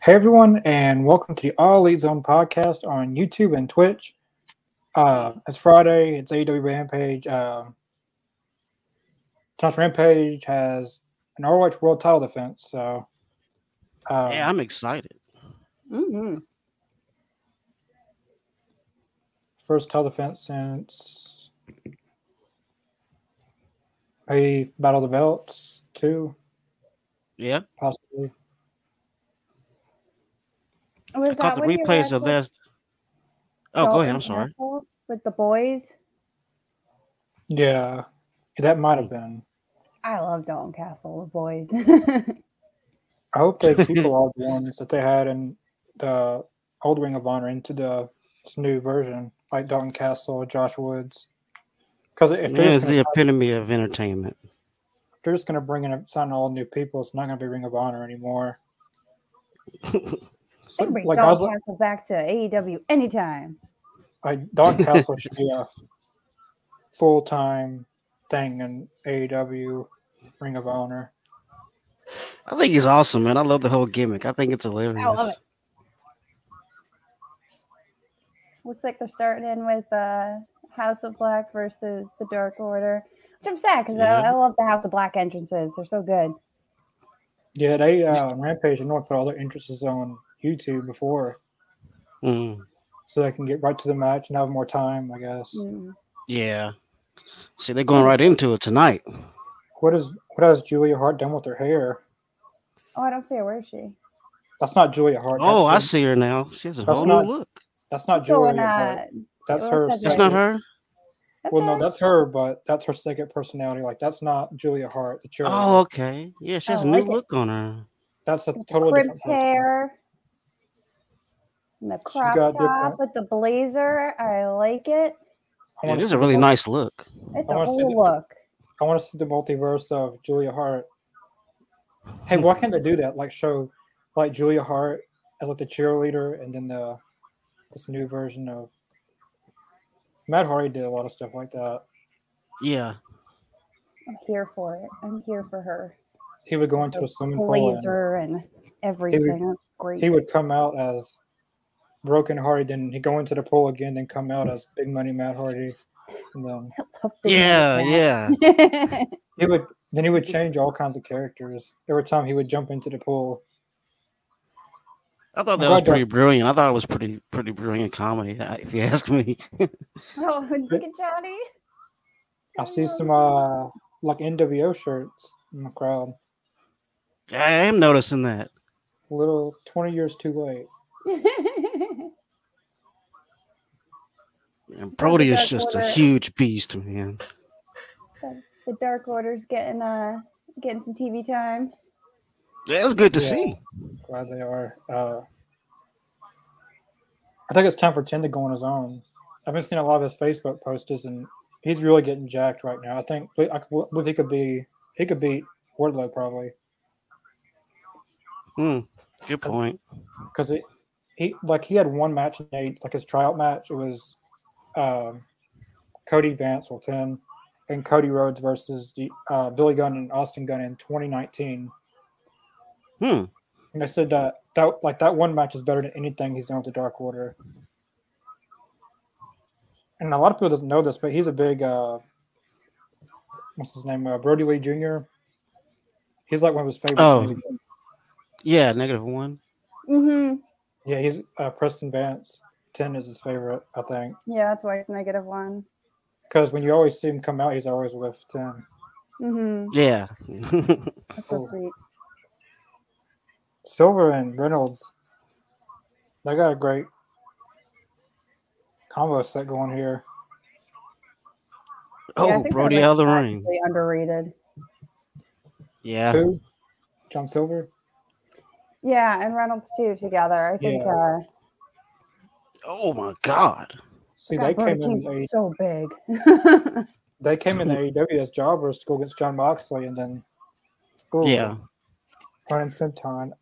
Hey everyone, and welcome to the All Elite Zone podcast on YouTube and Twitch. Uh, it's Friday. It's AEW Rampage. Um, Tonight's Rampage has an ROH World Title defense. So, um, Yeah, I'm excited. Mm-hmm. first title defense since maybe Battle of the Belts two, Yeah, possibly. Was I caught the replays of this. last. Oh, go ahead. I'm sorry. With the boys, Yeah, that might Hmm. have been. I love Dalton Castle. The boys. I hope they keep a lot of the ones that they had in the old Ring of Honor into the this new version, like Dalton Castle, Josh Woods. Because if It they're is just, the gonna, epitome of entertainment. if they're just gonna bring in sign all new people, it's not gonna be Ring of Honor anymore. So, They bring like I was Dalton like, Castle back to AEW anytime. like Dalton Castle should be a full time thing in AEW Ring of Honor. I think he's awesome, man. I love the whole gimmick. I think it's I love hilarious. it. Looks like they're starting in with uh, House of Black versus the Dark Order, which I'm sad because I, Yeah. I love the House of Black entrances. They're so good. Yeah, they uh, on Rampage and North put all their entrances on YouTube before, Mm, so they can get right to the match and have more time, I guess. Mm. yeah. See, they're going right into it tonight. What is what has Julia Hart done with her hair? Oh, I don't see her. Where is she? That's not Julia Hart. Oh, I that's see her now. She has a That's whole new not- look. That's not What's going Julia on? Hart. That's Well, her. that's That's second- not her. That's Well, no, her? that's her, but that's her second personality. Like that's not Julia Hart. The children. Oh, okay. Yeah, she has I a new like it. look on her. that's a With the totally cribbed different. person. hair and the crop got uh, top different- with the blazer. I like it. I Yeah, wanna It is see a the really mul- nice look. It's I a wanna see whole the- look. I want to see the multiverse of Julia Hart. Hey, why can't they do that? Like show, like Julia Hart as like the cheerleader, and then the this new version of Matt Hardy did a lot of stuff like that. Yeah. I'm here for it. I'm here for her. He would go into a swimming pool. and- Blazer and everything. That's Great. he would come out as broken hearted, then he'd go into the pool again, then come out as big money Matt Hardy. And then I love being Yeah, like yeah. that. he would then he would change all kinds of characters every time he would jump into the pool. I thought that Glad was that- pretty brilliant. I thought it was pretty pretty brilliant comedy, uh, if you ask me. oh, look at Johnny. I see some uh like NWO shirts in the crowd. I am noticing that. A little twenty years too late. And Brody is Dark just a Order. huge beast, man. the Dark Order's getting uh getting some TV time. That's good to Yeah. see. Glad they are. Uh I think it's time for Chen to go on his own. I've been seeing a lot of his Facebook posters, and he's really getting jacked right now. I think I believe he could be he could beat Wardlow probably. Hmm. Good point. because it he like he had one match in eight like his tryout match it was um cody vance or 10 and cody rhodes versus the, uh, billy gunn and austin gunn in 2019 Hmm. and i said that that like that one match is better than anything he's done with the dark order and a lot of people doesn't know this but he's a big uh what's his name uh, brody lee jr he's like one of his favorites Oh. Yeah, negative one. Mm-hmm. yeah he's uh, preston vance 10 is his favorite i think Yeah, that's why it's negative one. Because when you always see him come out, he's always with Tim. Mm-hmm. Yeah. That's so Oh. sweet. Silver and Reynolds, they got a great combo set going here. Yeah, I oh, think they're, Brody like, out of the ring. massively underrated. Yeah. Who? John Silver? Yeah, and Reynolds too together. I think Yeah. uh Oh my God. See, God, they Brody came, in, King's they, so big. they came in the AEW as jobbers to go against John Moxley and then ooh, Yeah. Run Senton.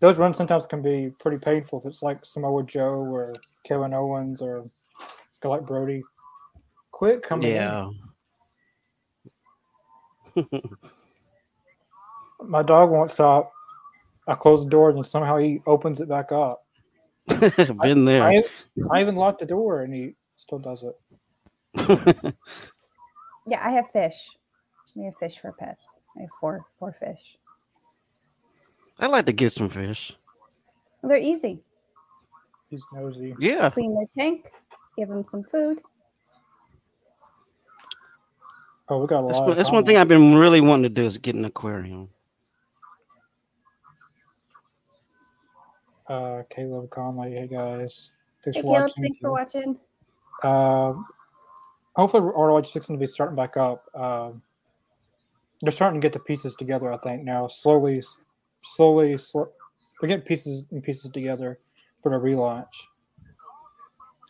Those runs sometimes can be pretty painful if it's like Samoa Joe or Kevin Owens or guy like Brody. Quit coming in. Yeah. my dog won't stop I close the door and somehow he opens it back up. Been there. I, I even locked the door and he still does it. Yeah, I have fish. We have fish for pets. I have four four fish. I like to get some fish. They're easy. He's nosy. Yeah. Clean their tank, give them some food. Oh, we got a That's, lot. one- of that's one thing comments. I've been really wanting to do is get an aquarium. Uh, Caleb Conley. Hey guys, thanks for Hey, Caleb, watching. thanks for watching. Um, hopefully, RLH six will be starting back up. Um, they're starting to get the pieces together. I think now, slowly, slowly, sl- they're getting pieces and pieces together for the relaunch.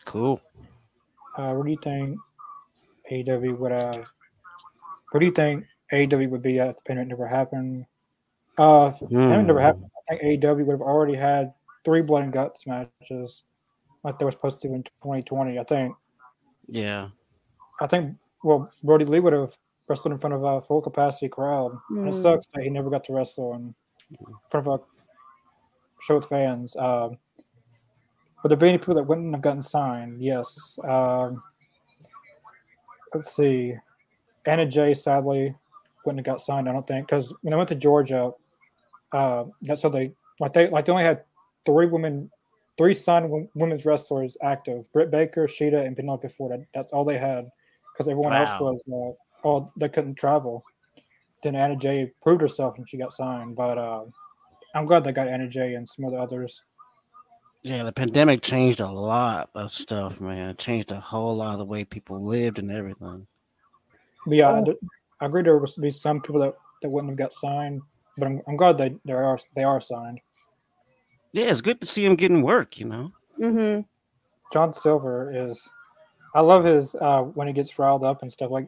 Cool. Uh, what do you think AEW would have? What do you think AEW would be at if the pandemic never happened? Uh, if the pandemic never Hmm. happened, I think AEW would have already had three blood and guts matches like they were supposed to in 2020. I think. Yeah. I think. Well, Brody Lee would have wrestled in front of a full capacity crowd. And it Mm. sucks that he never got to wrestle in front of a show with fans. Um, would there be any people that wouldn't have gotten signed? Yes. Um, let's see. Anna Jay sadly wouldn't have got signed, I don't think, because when I went to Georgia, uh, that's how they like they like they only had three women, three signed wom- women's wrestlers active: Britt Baker, Sheeta, and Penelope Ford. That- That's all they had, because everyone else Wow. was uh, all they couldn't travel. Then Anna Jay proved herself and she got signed, but uh, I'm glad they got Anna Jay and some of the others. Yeah, the pandemic changed a lot of stuff, man. It changed a whole lot of the way people lived and everything. But yeah, I Oh. d- I agree there would be some people that, that wouldn't have got signed, but I'm, I'm glad they, they are they are signed. Yeah, it's good to see him getting work, you know. Mm-hmm. John Silver is, I love his uh, when he gets riled up and stuff like,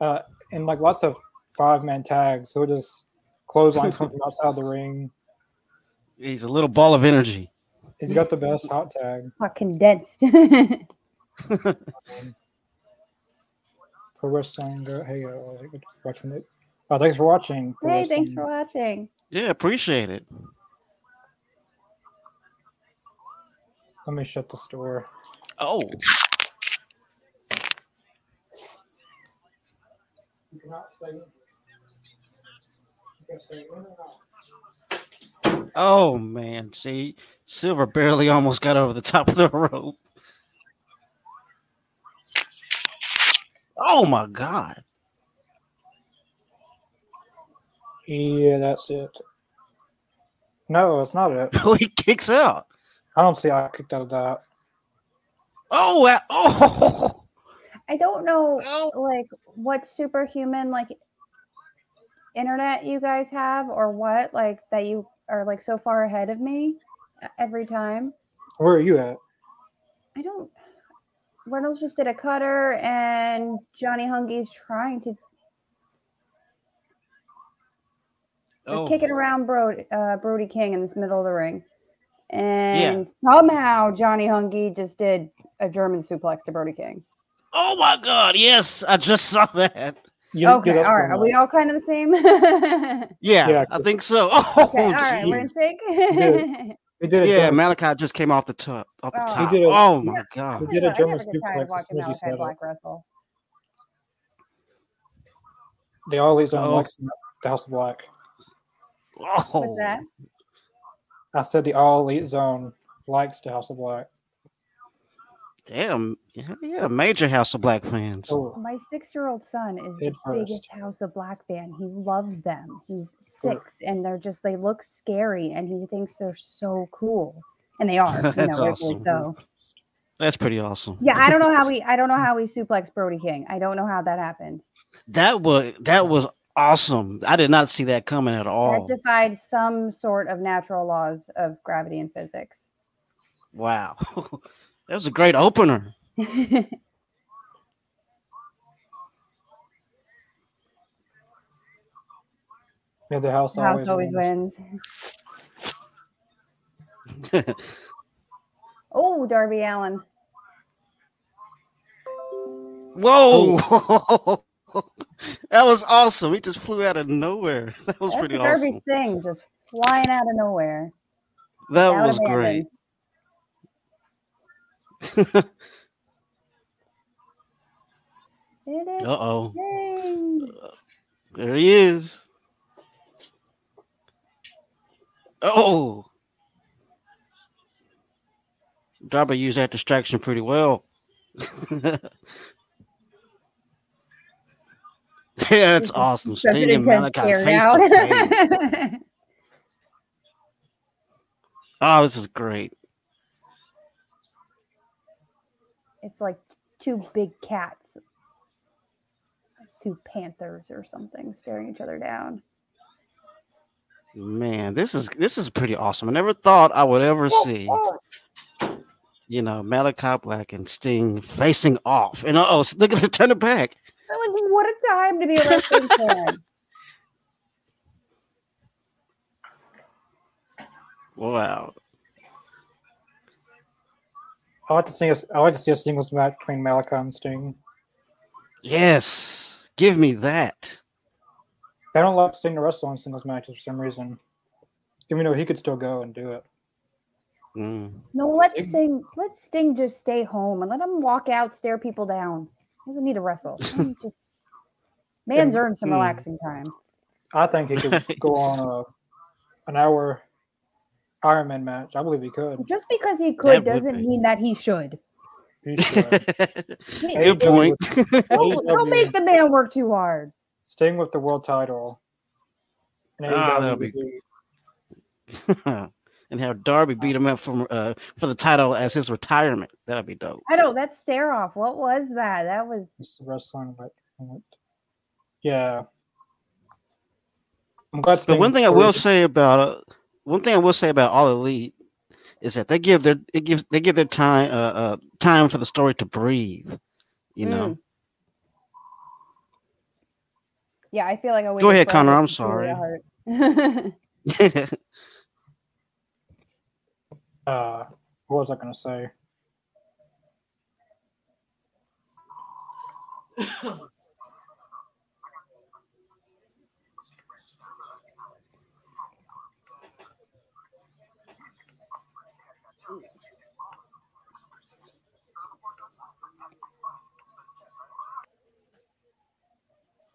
uh, and like lots of five man tags. He'll just clothesline someone from outside the ring. He's a little ball of energy. He's got the best hot tag. condensed. Pro Wrestling. Go- Hey, uh, good watching it. Uh, thanks for watching. Pro hey, thanks Wrestling. for watching. Yeah, appreciate it. Let me shut the door. Oh, oh man. See, Silver barely almost got over the top of the rope. Oh my god. Yeah, that's it. No, it's not it. Oh, he kicks out. I don't see how I kicked out of that. Oh, wow. oh, I don't know oh. like what superhuman like internet you guys have or what like that you are like so far ahead of me uh, every time. Where are you at? I don't. Reynolds just did a cutter, and Johnny Hungie's trying to They're oh. kicking around Brody, uh, Brody King in this middle of the ring. And Yeah. somehow Johnny Hungy just did a German suplex to Brody King. Oh my god, yes, I just saw that. You, okay, all right. Are we all kind of the Oh, same? okay, Yeah, Yeah. I think so. Oh, all right. We're in jeez. sync. Dude, We did a yeah, German, Malachi just came off the top. Off the Oh. He top. did a- oh my god. we did a I German never get tired suplex. of as watching soon as you Malachi said it. Black wrestle. The Ollie's on Oh. Lex- the House of Black. Oh. What's that? I said the All Elite Zone likes the House of Black. Oh, Damn. Yeah, yeah, major House of Black fans. Oh, My six-year-old son is Head the biggest first. House of Black fan. He loves them. He's six, and they're just they look scary, and he thinks they're so cool, and they are. You That's know, rightfully awesome. So. That's pretty awesome. Yeah, I don't know how we I don't know how we suplex Brody King. I don't know how that happened. That was that was awesome. I did not see that coming at all. That defied some sort of natural laws of gravity and physics. Wow. that was a great opener. yeah, the House, House always wins. wins. Oh, Darby Allen. Whoa. Oh. that was awesome. He just flew out of nowhere. That was That's pretty Darby's awesome. thing. Just flying out of nowhere. That Without was abandon. great. It is. Uh oh. Yay. There he is. Oh. Darby used that distraction pretty well. yeah, that's awesome. Such an Stinging intense Malachi tear face out. to face. Oh, this is great. it's like two big cats, two panthers or something, staring each other down. Man, this is this is pretty awesome. I never thought I would ever see, you know, Malachi Black and Sting facing off. And oh, look at the turn it back. I'm like, what a time to be a wrestling fan. Wow. I like to see a, I like to see a singles match between Malachi and Sting. Yes. Give me that. They don't like Sting to wrestle in singles matches for some reason, even though he could still go and do it. Mm. No, let's sing. Let Sting just stay home and let him walk out, stare people down. He doesn't need to wrestle. Let him just- Man's earned some Mm. relaxing time. I think he could go on a an hour Iron Man match. I believe he could. Just because he That would could doesn't be- mean that he should. He should. He- Good point. don't, don't make the man work too hard. Sting with the world title. And Ah, that'll AEW be- would be- and have Darby beat him up from uh, for the title as his retirement. That'd be dope. I know that stare off. What was that? That was It's the wrestling, but yeah. I'm glad. But Sting one thing I will scored. say about uh, one thing I will say about All Elite is that they give their it gives they give their time uh, uh time for the story to breathe. You hmm. know, yeah. I feel like I Go ahead, Connor, I'm sorry. Uh, what was I going to say?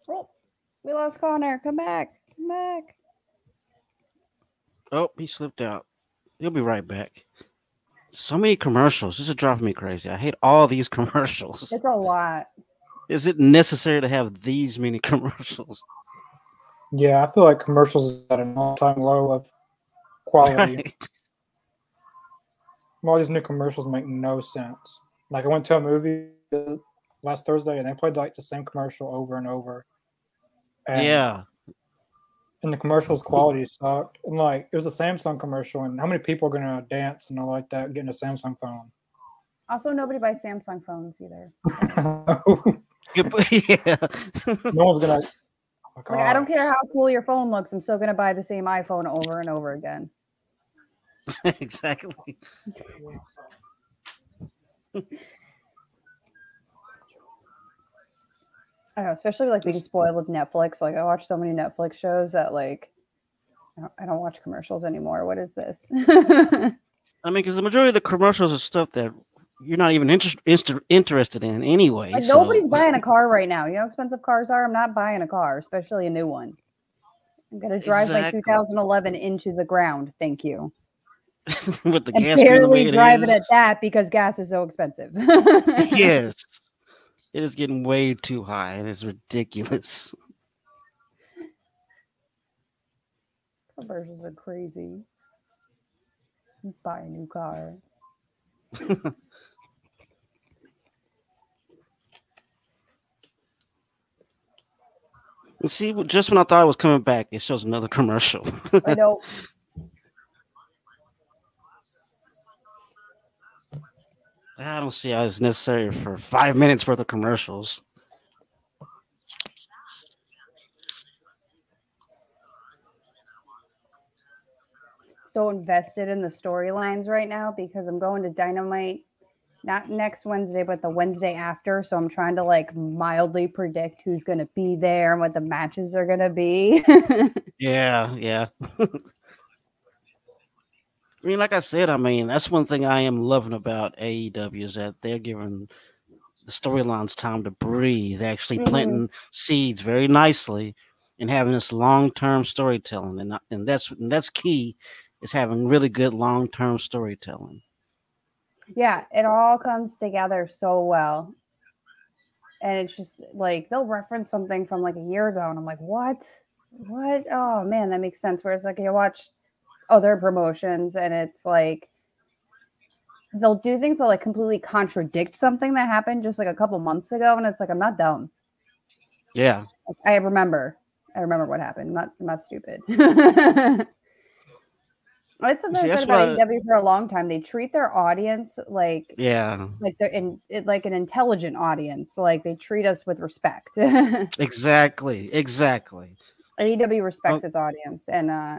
oh, we lost Connor. Come back. Come back. oh he slipped out. He'll be right back. So many commercials. This is driving me crazy. I hate all these commercials. It's a lot. Is it necessary to have these many commercials? Yeah, I feel like commercials is at an all-time low of quality. Right. All these new commercials make no sense. Like I went to a movie last Thursday, and they played like the same commercial over and over. And, Yeah. And the commercials quality sucked. And like it was a Samsung commercial, and how many people are gonna dance and all like that getting a Samsung phone? Also, nobody buys Samsung phones either. Good po- yeah. no one's gonna. Oh my Like, I don't God. care how cool your phone looks. I'm still gonna buy the same iPhone over and over again. exactly. I don't know, especially like being spoiled with Netflix. Like I watch so many Netflix shows that like I don't, I don't watch commercials anymore. What is this? I mean, because the majority of the commercials are stuff that you're not even interest, inter- interested in anyway. Like so- nobody's buying a car right now. You know how expensive cars are? I'm not buying a car, especially a new one. I'm gonna drive Exactly. my 2011 into the ground. Thank you. with the And gas being the way barely it drive it at is. that because gas is so expensive. yes, it is getting way too high, and it's ridiculous. Conversions are crazy. Buy a new car. And see, w- just when I thought it was coming back, it shows another commercial. I know. I don't see how it's necessary for five minutes worth of commercials. so invested in the storylines right now because I'm going to Dynamite not next Wednesday, but the Wednesday after. So I'm trying to like mildly predict who's going to be there and what the matches are going to be. Yeah, yeah. I mean, like I said, I mean, that's one thing I am loving about AEW is that they're giving the storylines time to breathe, actually Mhm. planting seeds very nicely and having this long-term storytelling. And, I- and that's and that's key is having really good long-term storytelling. Yeah, it all comes together so well. And it's just like they'll reference something from like a year ago, and I'm like, what? What? Oh man, that makes sense. Whereas like you watch other promotions, and it's like they'll do things that like completely contradict something that happened just like a couple months ago, and it's like I'm not dumb. Yeah. I remember. I remember what happened. I'm not I'm not stupid. That's something See, I that's said about why- AEW for a long time. They treat their audience like Yeah. like they're in it, like an intelligent audience like they treat us with respect aew Exactly. Exactly. respects its audience and uh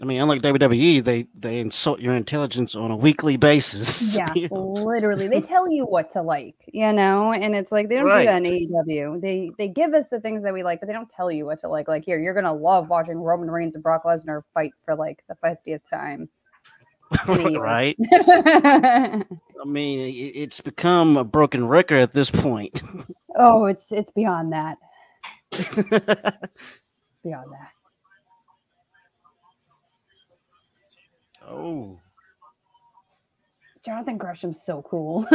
I mean, unlike WWE, they they insult your intelligence on a weekly basis. yeah You know? literally they tell you what to like you know and it's like they don't do that in aew they they give us the things that we like but they don't tell you what to like like here you're gonna love watching roman reigns and brock lesnar fight for like the 50th time in a year. right? I mean, i- i- it's become a broken record at this point. oh it's it's beyond that beyond that oh, jonathan gresham's so cool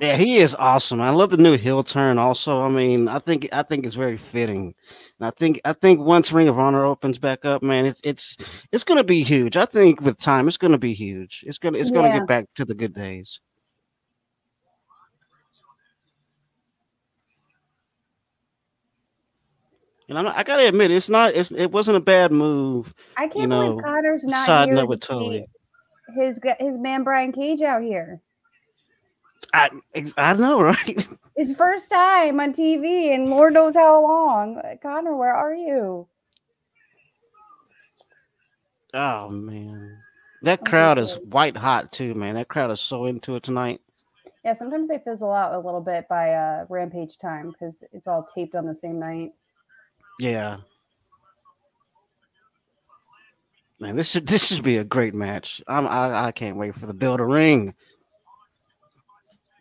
yeah, he is awesome. I love the new heel turn. Also, I mean, I think I think it's very fitting, and I think I think once Ring of Honor opens back up, man, it's it's it's gonna be huge. I think with time, it's gonna be huge. It's gonna it's gonna Yeah. get back to the good days. And I'm not, I gotta admit, it's not it's, it wasn't a bad move I can't know, believe Connor's not siding here up with to see Tully. His gu- his man Brian Cage out here. I ex- I know, right? It's first time on TV, and Lord knows how long. Uh, Connor, where are you? Oh man, that I'm so crowd is sorry. white hot too, man. That crowd is so into it tonight. Yeah, sometimes they fizzle out a little bit by uh, Rampage time because it's all taped on the same night. Yeah, man, this should this should be a great match. I'm I, I can't wait for the build a ring.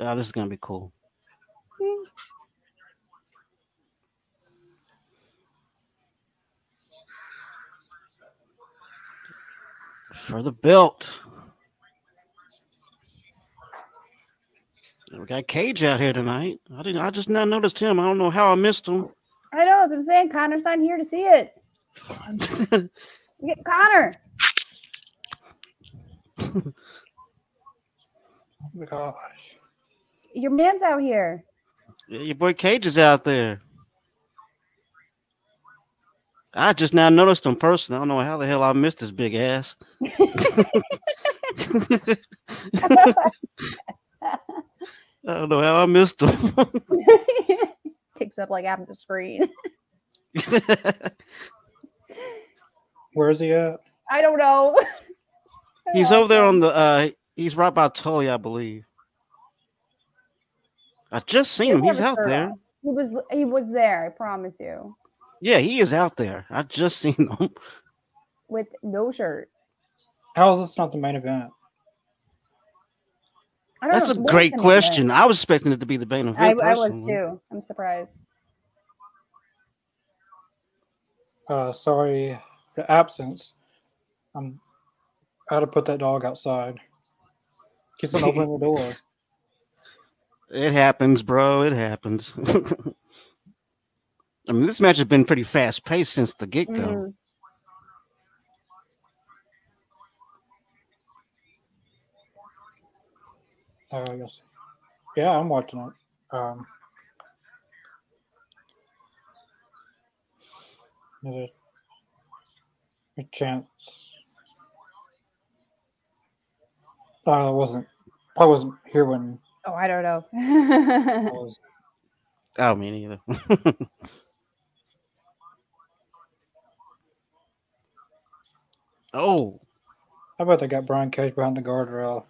Oh, this is gonna be cool. Hmm. for the belt. We got Cage out here tonight. I didn't. I just now noticed him. I don't know how I missed him. I know, that's what I'm saying. Connor's not here to see it. Get Connor. Oh Gosh. Your man's out here. Yeah, your boy Cage is out there. I just now noticed him personally. I don't know how the hell I missed his big ass. I don't know how I missed him. Picks up like half the screen. Where is he at? I don't know. he's over there on the. uh He's right by Tully, I believe. I just seen him. Doesn't He's out have his shirt there. on. He was he was there. I promise you, Yeah, he is out there. I just seen him. with no shirt. How is this not the main event? I don't That's a know, what great kind of question. I was expecting it to be the main event. I, event. I was personally. too. I'm surprised. Uh, sorry for the absence. Um, I had to put that dog outside. Keeps on opening the door. It happens, bro. It happens. I mean, this match has been pretty fast paced since the get go. Mhm. Uh, I guess. Yeah, I'm watching it. Um, there's a, a chance. Uh, I wasn't. I wasn't here when Oh, I don't I know. was. Oh, me neither. oh, I bet they got Brian Cage behind the guardrail.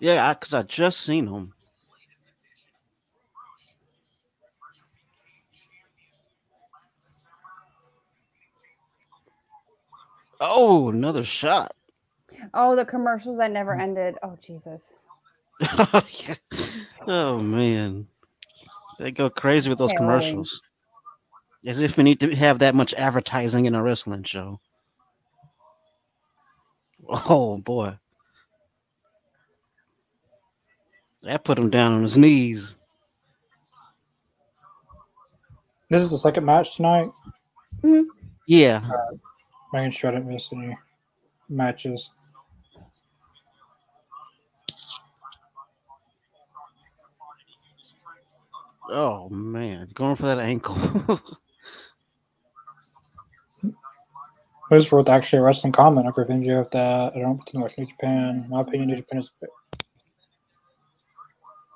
yeah, because I, just seen him. Oh, another shot. Oh, the commercials that Mm. never ended. Oh Jesus. oh man, they go crazy with those Can't wait. commercials. As if we need to have that much advertising in a wrestling show. Oh boy, that put him down on his knees. This is the second match tonight. Yeah, Making sure I didn't miss any matches. Oh man, going for that ankle. Who's worth actually a wrestling comment? I prevent you of that. I don't too much New Japan. In my opinion, New Japan is.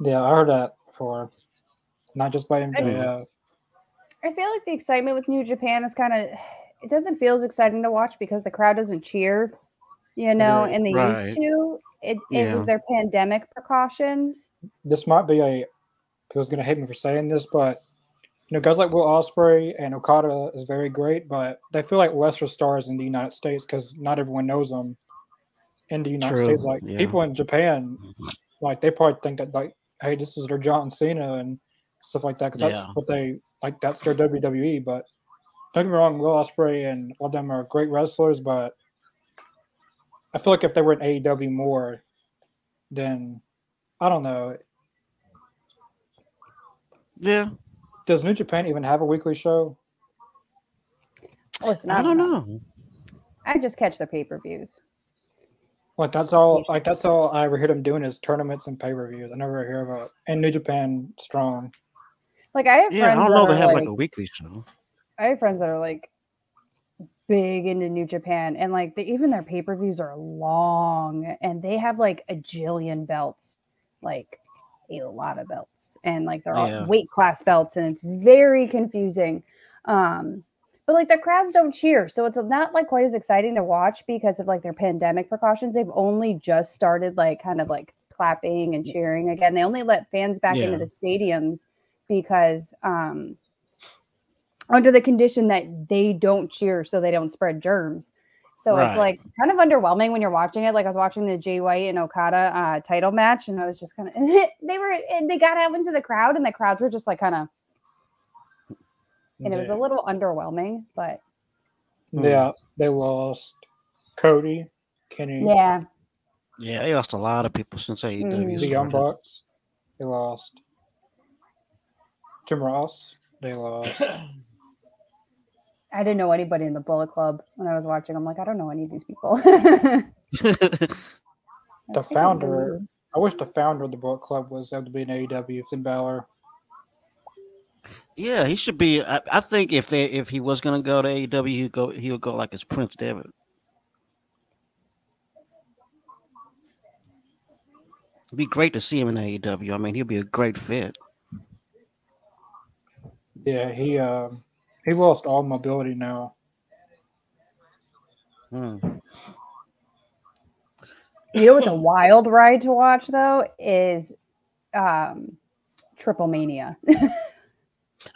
Yeah, I heard that before. Not just by MJF. I feel like the excitement with New Japan is kind of it doesn't feel as exciting to watch because the crowd doesn't cheer, you know, and they Right. used to. It, it Yeah. was their pandemic precautions. This might be a. People's gonna hate me for saying this, but you know, guys like Will Osprey and Okada is very great, but they feel like lesser stars in the United States because not everyone knows them in the United True, States. Like yeah. people in Japan, like they probably think that like, hey, this is their John Cena and stuff like that because that's Yeah. what they like. That's their WWE. But don't get me wrong, Will Osprey and all of them are great wrestlers, but I feel like if they were in AEW more, then I don't know. yeah, Does New Japan even have a weekly show? Listen, I don't know. I just catch the pay per views. Like that's all. Like that's all I ever hear them doing is tournaments and pay per views. I never hear about and New Japan strong. Like I have Yeah, I friends don't know. that They are have like, like a weekly show. I have friends that are like big into New Japan, and like they, even their pay per views are long, and they have like a jillion belts, like a lot of belts, and like they're all Yeah. weight class belts, and it's very confusing. Um, but like the crowds don't cheer, so it's not like quite as exciting to watch because of like their pandemic precautions. They've only just started like kind of like clapping and cheering again. They only let fans back Yeah. into the stadiums because um under the condition that they don't cheer so they don't spread germs. So it's Right. like kind of underwhelming when you're watching it. Like I was watching the Jay White and Okada uh, title match, and I was just kind of they were and they got out into the crowd, and the crowds were just like kind of and it was a Yeah. little underwhelming, but Hmm. Yeah, they lost Cody, Kenny, yeah, Yeah, they lost a lot of people since AEW. Hmm. the Young started. Bucks. They lost Jim Ross. They lost. I didn't know anybody in the Bullet Club when I was watching. I'm like, I don't know any of these people. The founder- I wish the founder of the Bullet Club was able to be an AEW Finn Balor. yeah, he should be. I, I think if they if he was gonna go to AEW, he'd go he would go like as Prince Devitt. It'd be great to see him in AEW. I mean, he'd be a great fit. Yeah, he um he lost all mobility now. Hmm. You know what's a wild ride to watch though is um Triple Mania.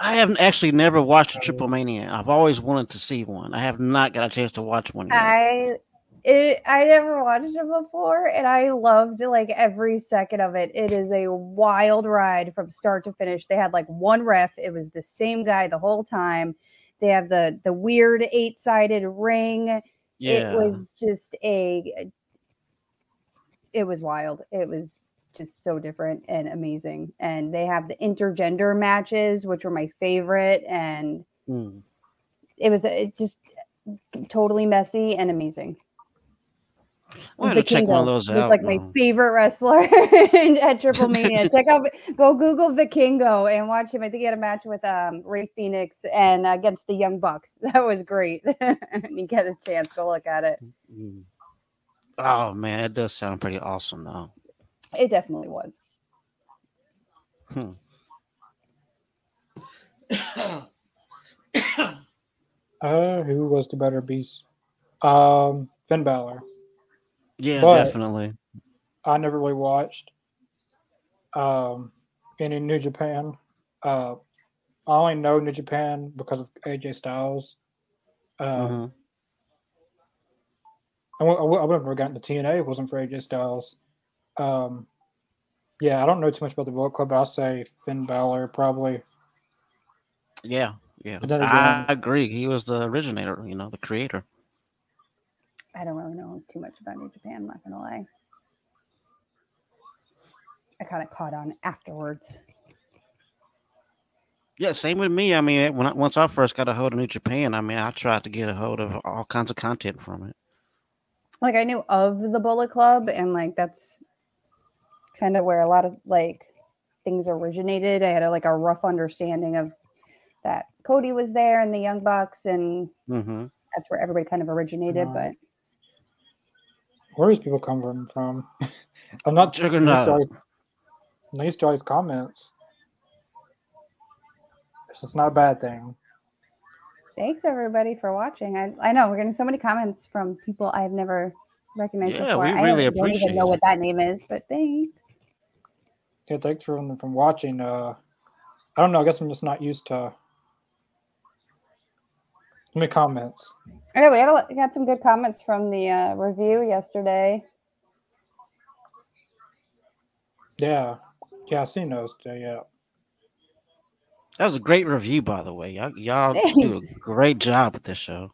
I haven't actually never watched a Triple Mania. I've always wanted to see one. I have not got a chance to watch one. Yet. I it, I never watched it before and I loved like every second of it. It is a wild ride from start to finish. They had like one ref, it was the same guy the whole time. They have the the weird eight-sided ring. yeah, It was just a it was wild. It was just so different and amazing. And they have the intergender matches, which were my favorite and Hmm. it was it just totally messy and amazing. We'll have to check one of Vikingo those was out. like my now. favorite wrestler at Triple Mania. Check out, go Google Vikingo and watch him. I think he had a match with um, Ray Phoenix and against the Young Bucks. That was great. When you get a chance, go look at it. Hmm. Oh man, that does sound pretty awesome though. It definitely was. Hmm. Uh, who was the better beast? Um, Finn Balor. Yeah, But- definitely. I never really watched um, any New Japan. Uh, I only Mm-hmm. know New Japan because of AJ Styles. Um, Mhm. Uh, I, w- I, w- I would have never gotten to TNA if it wasn't for AJ Styles. Um, yeah, I don't know too much about the Bullet Club, but I'll say Finn Balor probably. Yeah, yeah. But that is I wrong. agree. He was the originator, you know, the creator. I don't really know too much about New Japan, I'm not gonna lie. I kind of caught on afterwards. Yeah, same with me. I mean, when I, once I first got a hold of New Japan, I mean, I tried to get a hold of all kinds of content from it. Like I knew of the Bullet Club, and like that's kind of where a lot of like things originated. I had a, like a rough understanding of that Cody was there and the Young Bucks, and hmm that's where everybody kind of originated. Right. But Where does people come from? From I'm not I'm used to Juggernaut. all- I'm not used to all these comments. It's just not a bad thing. thanks everybody for watching. I, I know we're getting so many comments from people I've never recognized Yeah, before. we I really don't, don't even appreciate know it. what that name is, but thanks. Yeah, thanks for from watching. Uh, I don't know. I guess I'm just not used to. Let me comments. I know we got, a, lot- got some good comments from the uh, review yesterday. Yeah, yeah, I seen those. Yeah, yeah. That was a great review, by the way. Y'all, y'all do Thanks. a great job with this show.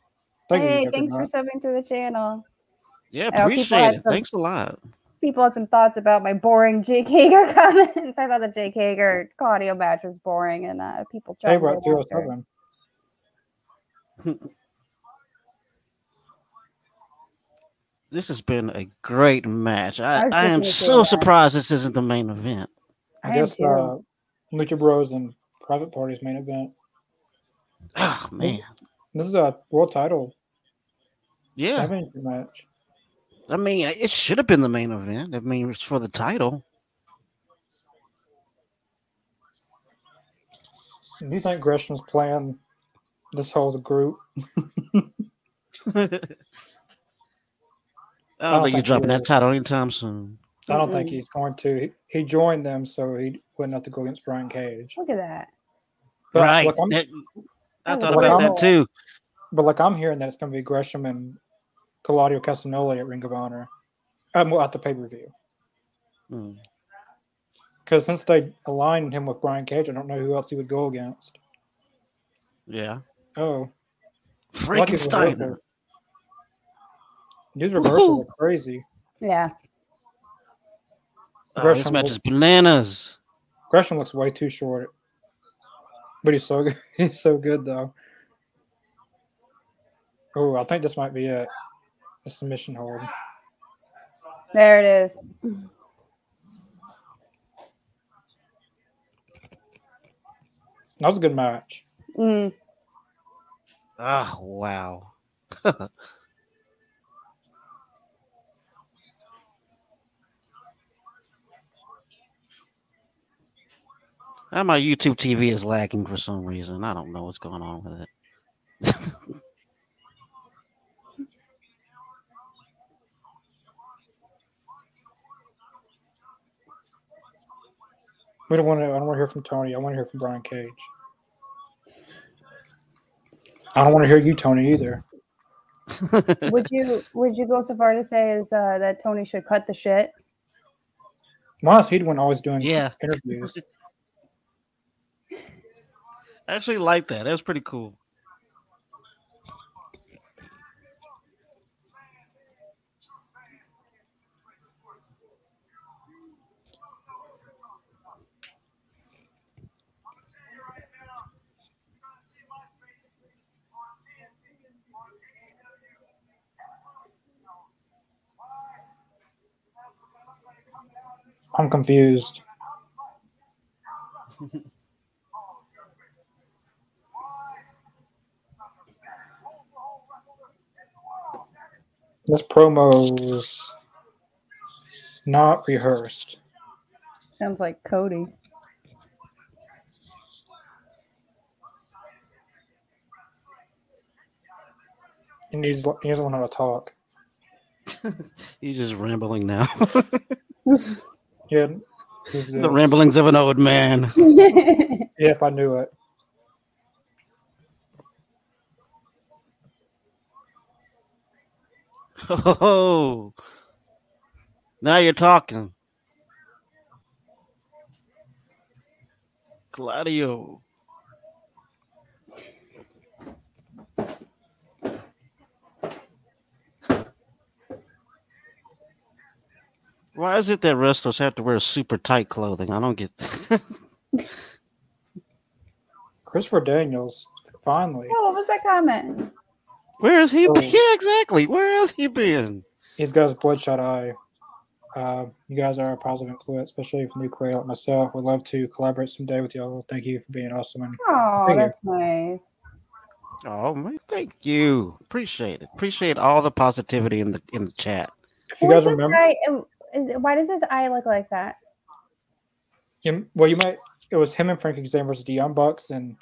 Thank hey, you, Uh, thanks for Juggernaut. subbing to the channel. Yeah, Oh, people appreciate had it. some- Thanks a lot. People had some thoughts about my boring Jake Hager comments. I thought the Jake Hager Claudio match was boring, and uh, people Hey, chimed brought in two after. seven. This has been a great match. I, I was I just am gonna say so that. surprised this isn't the main event. I I am guess too. uh, Lucha Bros and Private Parties main event. Oh man. This is a world title Yeah. championship match. I mean, it should have been the main event. I mean, it's for the title. Do you think Gresham's playing this whole group? I Oh, don't think think he he's dropping will. that title anytime soon. I don't think Mm-mm. he's going to. He, he joined them so he wouldn't have to go against Brian Cage. Look at that. But, right. Like, I'm, That- I that thought was about horrible. that too. but like I'm hearing that it's going to be Gresham and Claudio Castagnoli at Ring of Honor um, well, at the pay per view. Hmm. Because since they aligned him with Brian Cage, I don't know who else he would go against. Yeah. Oh, I like his Frankenstein. reversal. His reversals Woohoo! are crazy. Yeah. Oh, this Gresham match was- is bananas. Gresham looks way too short, but he's so good. He's so good though. Oh, I think this might be it. A submission hold. There it is. That was a good match. Mm. Oh wow. Now my YouTube TV is lagging for some reason. I don't know what's going on with it. We don't want to. I don't want to hear from Tony. I want to hear from Brian Cage. I don't want to hear you, Tony, either. Would you would you go so far to say is uh, that Tony should cut the shit? Miles Heedwin always doing Yeah. interviews. I actually like that. That's pretty cool. I'm confused. this promo was not rehearsed. Sounds like Cody. He needs he doesn't know how to talk. He's just rambling now. Yeah, he's the the, ramblings of an old man. Oh, That's yeah, if I knew it. Oh, now you're talking. Gladio. Why is it that wrestlers have to wear super tight clothing? I don't get that. Christopher Daniels, finally. Oh, what was that comment? Where has he been? Yeah, exactly. Where has he been? He's got his bloodshot eye. Uh, you guys are a positive influence, especially for new creator like myself. Would love to collaborate someday with y'all. Thank you for being awesome. And Oh, Thank you. that's nice. Oh man, thank you. Appreciate it. Appreciate all the positivity in the in the chat. if you What's guys this remember, guy- uh, is- why does his eye look like that? you, well, you might. It was him and Frankie Xavier versus the Young Bucks, and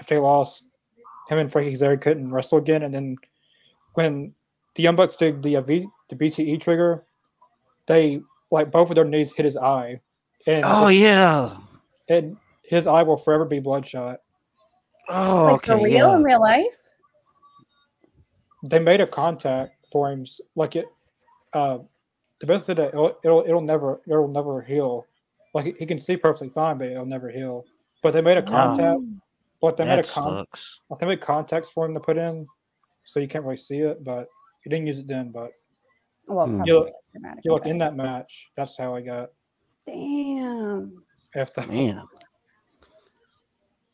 if they lost, him and Frankie Xavier couldn't wrestle again. And then when the Young Bucks did the uh, v, the BTE trigger, they like both of their knees hit his eye, and Oh yeah. and his eye will forever be bloodshot. Oh Like okay. for real yeah. in real life? They made a contact for him, s- like it. Uh, the best of that, it'll, it'll it'll never it'll never heal. Like he- he can see perfectly fine, but it'll never heal. But they made a contact. But they made a That contact. sucks. I think we had contacts for him to put in, so you can't really see it. But he didn't use it then. But Well, Hmm. probably You look- it's dramatic, you look but- in that match. That's how I got Damn. after. Man.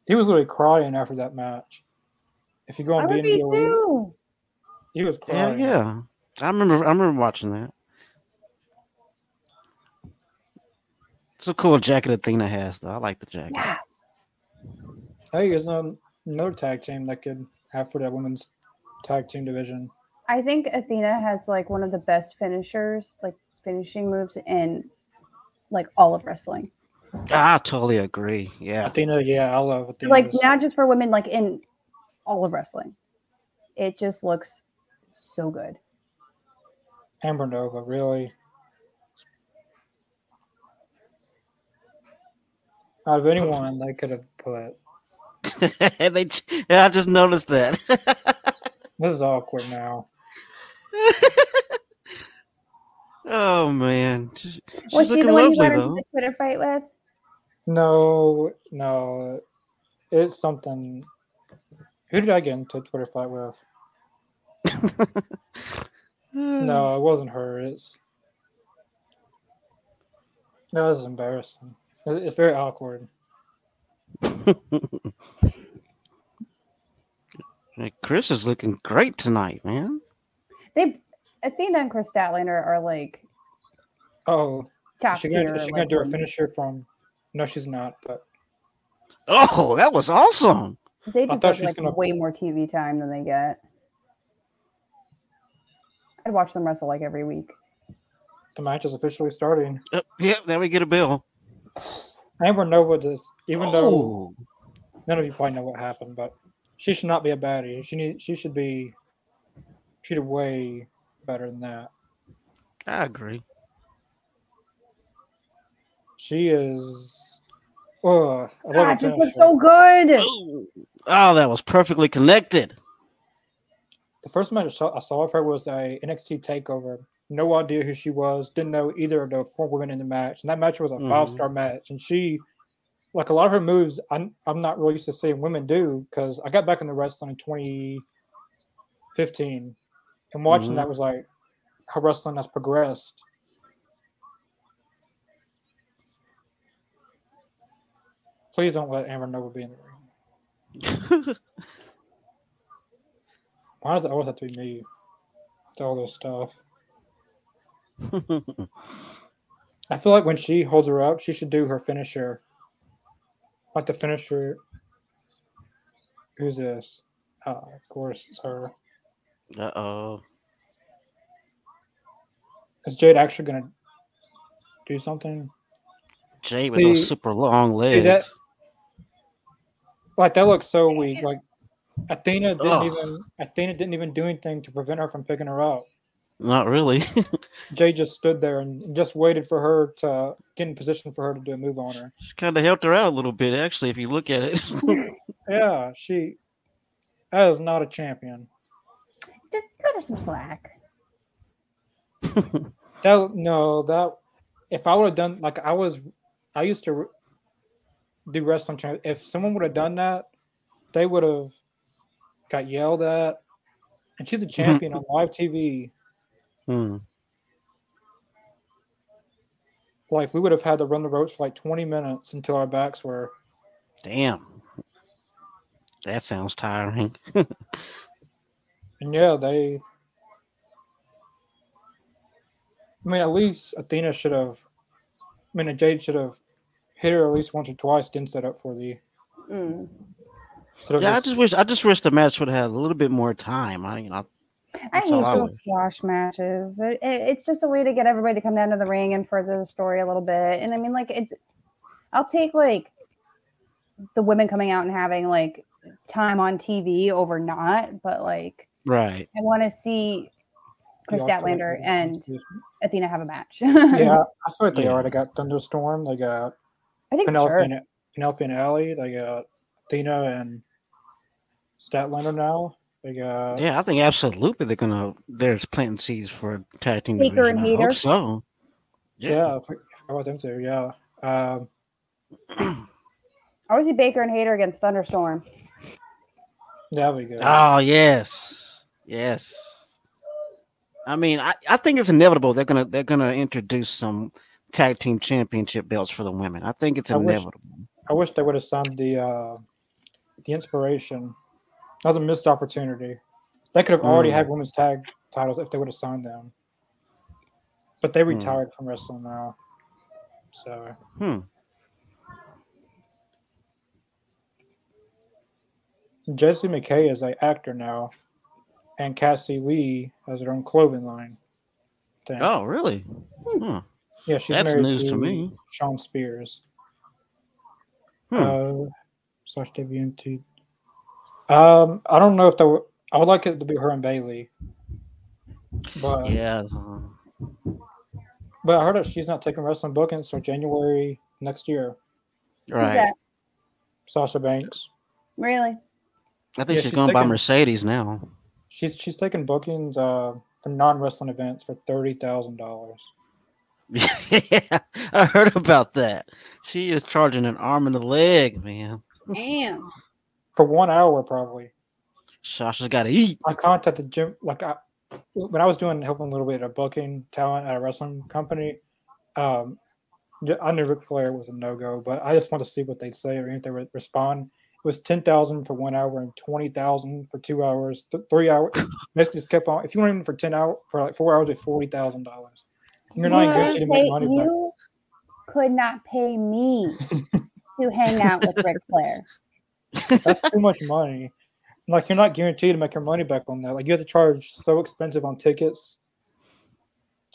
He was literally crying after that match. If you go I on being would be the elite, too. he was Yeah, crying. yeah. I remember I remember watching that. It's a cool jacket Athena has though. I like the jacket. Yeah. Hey, there's no- another tag team that could have for that women's tag team division. I think Athena has like one of the best finishers, like finishing moves in like all of wrestling. Ah, I totally agree. Yeah. Athena, yeah, I love Athena. Like not just for women, like in all of wrestling. It just looks so good. Amber Nova, really. Out of anyone, they could have put. they ch- yeah, I just noticed that. This is awkward now. oh man. She's she's Was she looking the one you lovely got into though. the Twitter fight with? No, no, it's something. Who did I get into a Twitter fight with? Hmm. No, it wasn't her. It's no, this is embarrassing. It- It's very awkward. Hey, Chris is looking great tonight, man. They Athena and Chris Statlander are like Oh, top is she gonna, tier. is she gonna like, do a women. finisher from? No, she's not. But Oh, that was awesome. They thought deserve she was like gonna- way more TV time than they get. I'd watch them wrestle like every week. the match is officially starting. Uh, yeah, there we get a bill. Amber Nova does, even though oh, none of you probably know what happened, but she should not be a baddie. She need, she should be treated way better than that. I agree. She is. Oh, I love her God, Ah, it just looks finisher. so good. Oh, oh, that was perfectly connected. the first match I saw, I saw of her was a NXT takeover. No idea who she was. Didn't know either of the four women in the match. And that match was a Mhm. five star match. And she, like a lot of her moves, I'm, I'm not really used to seeing women do because I got back into wrestling in 2015, and watching Mhm. that was like how wrestling has progressed. Please don't let Amber Nova be in the ring. Why does it always have to be me? To all this stuff. I feel like when she holds her up, she should do her finisher. Like the finisher. Who's this? Uh, of course, it's her. uh oh. Is Jade actually going to do something? Jay with those See- super long see legs. that- Like that looks so weak. Like Athena didn't Ugh. even Athena didn't even do anything to prevent her from picking her up. Not really. Jade just stood there and just waited for her to get in position for her to do a move on her. she kind of helped her out a little bit, actually, if you look at it. Yeah, she that is not a champion. Just cut her some slack. that no, that if I would have done like I was, I used to do wrestling. Training. If someone would have done that, they would have got yelled at. And she's a champion on live TV. Hmm. Like we would have had to run the ropes for like 20 minutes until our backs were. Damn. That sounds tiring. And yeah, they. I mean, at least Athena should have. I mean, Jade should have hit her at least once or twice. Didn't set up for the. Mm. Set up yeah, I this- just wish I just wish the match would have had a little bit more time. I you know I That's hate all I those would- squash matches. It, it- it's just a way to get everybody to come down to the ring and further the story a little bit. And I mean, like, it's I'll take like the women coming out and having like time on TV over not, but like right. I want to see Chris Yeah, Statlander I- and Athena have a match. Yeah, I feel like they Yeah. already got Thunderstorm. They got I think Penelope, sure. and, Penelope and Allie. They got Athena and Statlander now. They got Yeah, I think absolutely they're gonna there's planting seeds for tag team Taker division. and I hope Hater. so. yeah. I for- I forgot about them too. Yeah. Um, I want to see Baker and Hayter against Thunderstorm. there we go. Oh yes, yes. I mean, I, I think it's inevitable. They're gonna they're gonna introduce some tag team championship belts for the women. I think it's I wish- inevitable. I wish they would have signed the uh, the inspiration. That was a missed opportunity. They could have already Mm. had women's tag titles if they would have signed them. But they Mm. retired from wrestling now. So Hmm. Jesse McKay is a actor now, and Cassie Lee has her own clothing line. thing. Oh really? Hmm. yeah, she's that's married news to me. Sean Spears. Hmm. Uh, slash debut into. Um, I don't know if that. Were, I would like it to be her and Bailey. But yeah. but I heard that she's not taking wrestling bookings for January next year. Who's Right. that? Sasha Banks. Really? I think Yeah, she's, she's going by taking- Mercedes now. She's she's taking bookings uh for non wrestling events for thirty thousand dollars. yeah, I heard about that. She is charging an arm and a leg, man. Damn. For one hour probably. Sasha's got to eat. I contacted Jim like I when I was doing helping a little bit of booking talent at a wrestling company. Um, j- I knew Ric Flair was a no go, but I just wanted to see what they'd say or if they would respond. It was ten thousand for one hour and twenty thousand for two hours, th- three hours. Basically, just kept on. If you want in for ten hour for like four hours, it's forty thousand dollars. You're not You engaged to make pay- money back. You could not pay me to hang out with Ric Flair. That's too much money. Like you're not guaranteed to make your money back on that. Like you have to charge so expensive on tickets.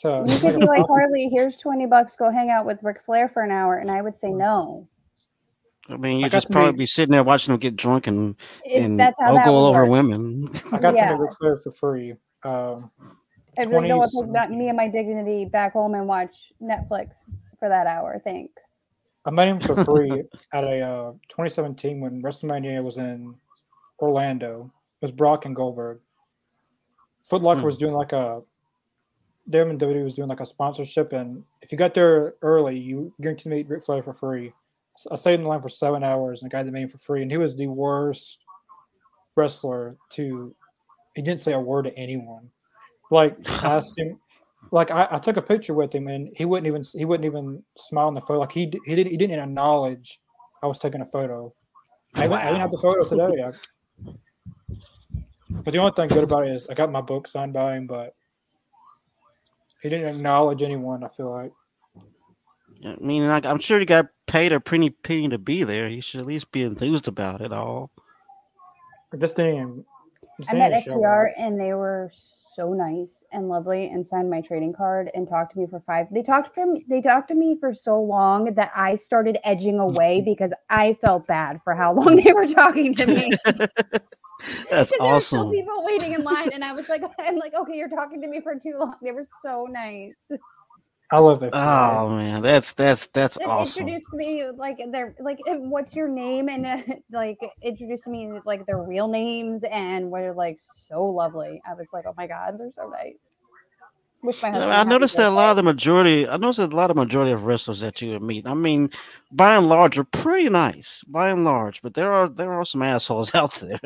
To You make could a be like profit. Harley, here's twenty bucks, go hang out with Ric Flair for an hour, and I would say no. I mean, I you got just to probably meet- be sitting there watching them get drunk and, It, and that's how that ogle would over work. women. I got Yeah. to make Flair for free. Um, I'd be like, no, I'll 20s. take that- me and my dignity back home and watch Netflix for that hour. Thanks. I met him for free at a uh, 2017 when WrestleMania was in Orlando. It was Brock and Goldberg. Foot Locker Hmm. was doing like a them and WWE was doing like a sponsorship, and if you got there early, you guaranteed to meet Ric Flair for free. So I stayed in line for seven hours and got to meet him for free, and he was the worst wrestler to. He didn't say a word to anyone. Like I asked him, like I, I took a picture with him, and he wouldn't even he wouldn't even smile in the photo. Like he d- he didn't he didn't acknowledge I was taking a photo. I, didn't- I didn't have the photo today. I, but the only thing good about it is I got my book signed by him, but he didn't acknowledge anyone. I feel like I mean, like, I'm sure he got paid a pretty penny to be there. He should at least be enthused about it all. I just didn't. even- just I didn't met even show FTR up. and they were so nice and lovely and signed my trading card and talked to me for five. They talked from they talked to me for so long that I started edging away because I felt bad for how long they were talking to me. That's 'Cause there were still awesome. people waiting in line, and I was like, I'm like, okay, you're talking to me for too long. They were so nice. I love FTR. Oh man, that's that's that's They awesome. introduced me like their like uh, what's your name and uh, like introduced me like their real names and were like so lovely. I was like, oh my god, they're so nice. Wish my husband I had noticed to that a go lot of there. the majority, I noticed that a lot of majority of wrestlers that you would meet, I mean, by and large, are pretty nice, by and large, but there are there are some assholes out there.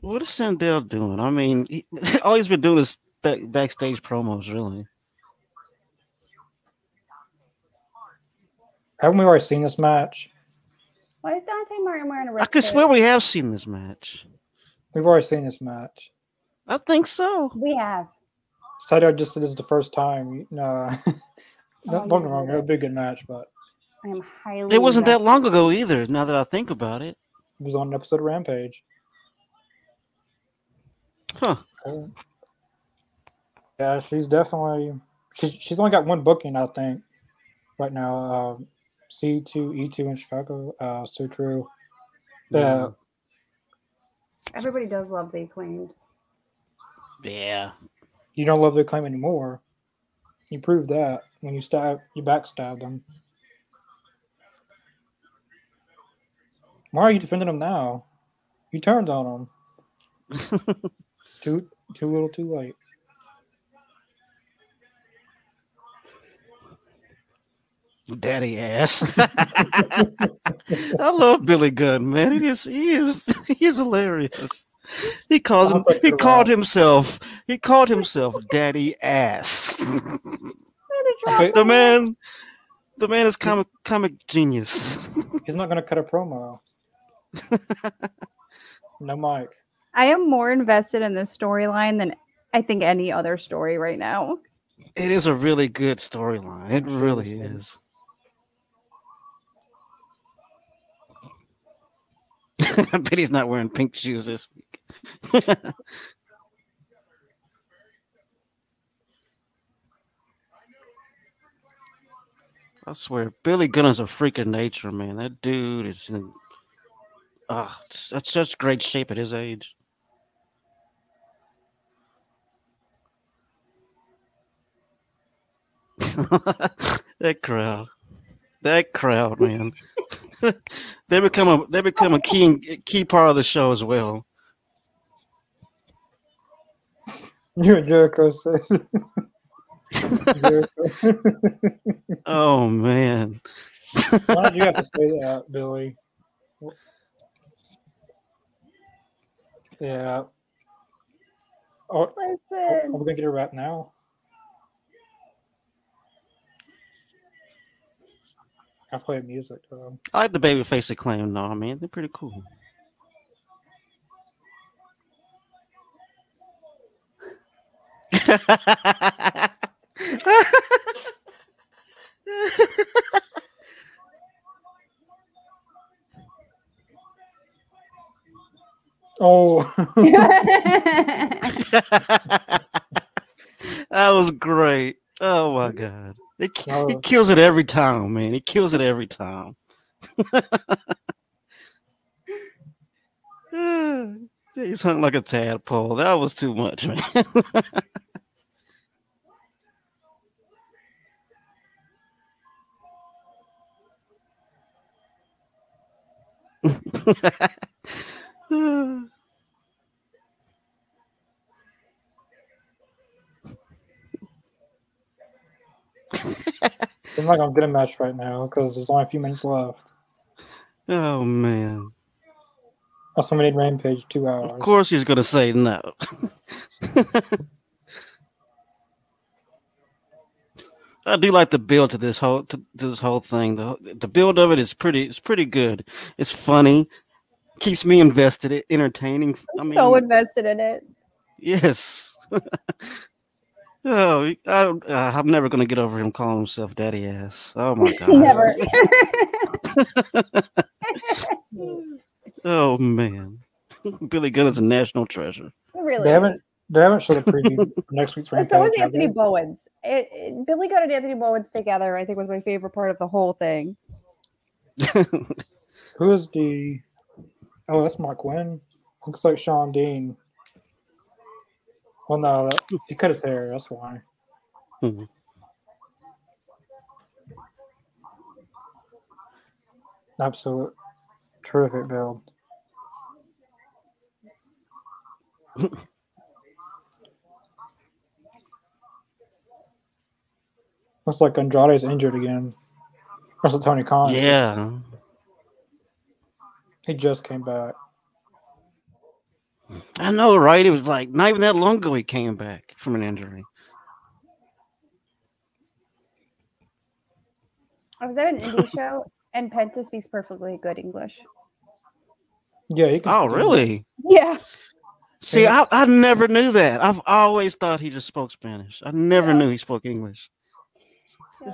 What is Sandel doing? I mean, he, all he's been doing is back, backstage promos, really. Haven't we already seen this match? Why is Dante Martin wearing a red I could shirt? swear we have seen this match. We've already seen this match. I think so. we have. Saito just said this is the first time. No, Oh, don't don't get me yeah. wrong. It would be a good match, but I am highly. It wasn't that invested. long ago either. Now that I think about it, it was on an episode of Rampage. huh? Uh, Yeah, she's definitely she's she's only got one booking, I think, right now. Um, C two E two in Chicago. Uh, so true. Yeah, Everybody does love the acclaimed. Yeah. you don't love their claim anymore. You proved that when you stab you backstabbed them. Why are you defending them now? You turned on them. too too little, too late. Daddy ass. I love Billy Gunn, man. He is he is he is hilarious. He calls him he called himself he called himself Daddy Ass. Okay. the man the man is comic comic genius. He's not gonna cut a promo. no mic. I am more invested in this storyline than I think any other story right now. It is a really good storyline. It really is. I bet he's not wearing pink shoes this week. I swear, Billy Gunn is a freak of nature, man. That dude is in ah, s- that's such great shape at his age. that crowd, that crowd, man. they become a they become a key key part of the show as well. You and Jericho said. Jericho. Oh man, Why did you have to say that, Billy? Yeah. Oh, are we Listen, gonna get a wrap now? I play music. Um, I like the babyface acclaim. No, I mean they're pretty cool. oh, that was great. Oh my god. It, ki- No. it kills it every time, man. It kills it every time. He's hung like a tadpole. That was too much, man. I'm not gonna get a match right now because there's only a few minutes left. oh man. That's when we need Rampage two Of hours. course he's gonna say no. I do like the build to this whole to, to this whole thing. The the build of it is pretty it's pretty good. It's funny. Keeps me invested, it entertaining. I I'm mean so invested in it. yes. oh I, uh, I'm never gonna get over him calling himself daddy ass. Oh my god. Never. Oh man. Billy Gunn is a national treasure. really. They haven't. They haven't showed a preview for next week's But Rampage. so was have Anthony they? Bowens. It, it, Billy Gunn and Anthony Bowens together, I think, was my favorite part of the whole thing. Who is the? Oh, that's Mark Wynn. Looks like Sean Dean. Well, no, that, he cut his hair. That's why. Mhm. Absolute terrific build. Looks like Andrade's injured again. Russell Tony Khan. Yeah. He just came back. I know, right? It was like not even that long ago he came back from an injury. I was at an indie show and Penta speaks perfectly good English. Yeah, he can Oh, really? Yeah. See, I, I never knew that. I've always thought he just spoke Spanish. I never Yeah. knew he spoke English.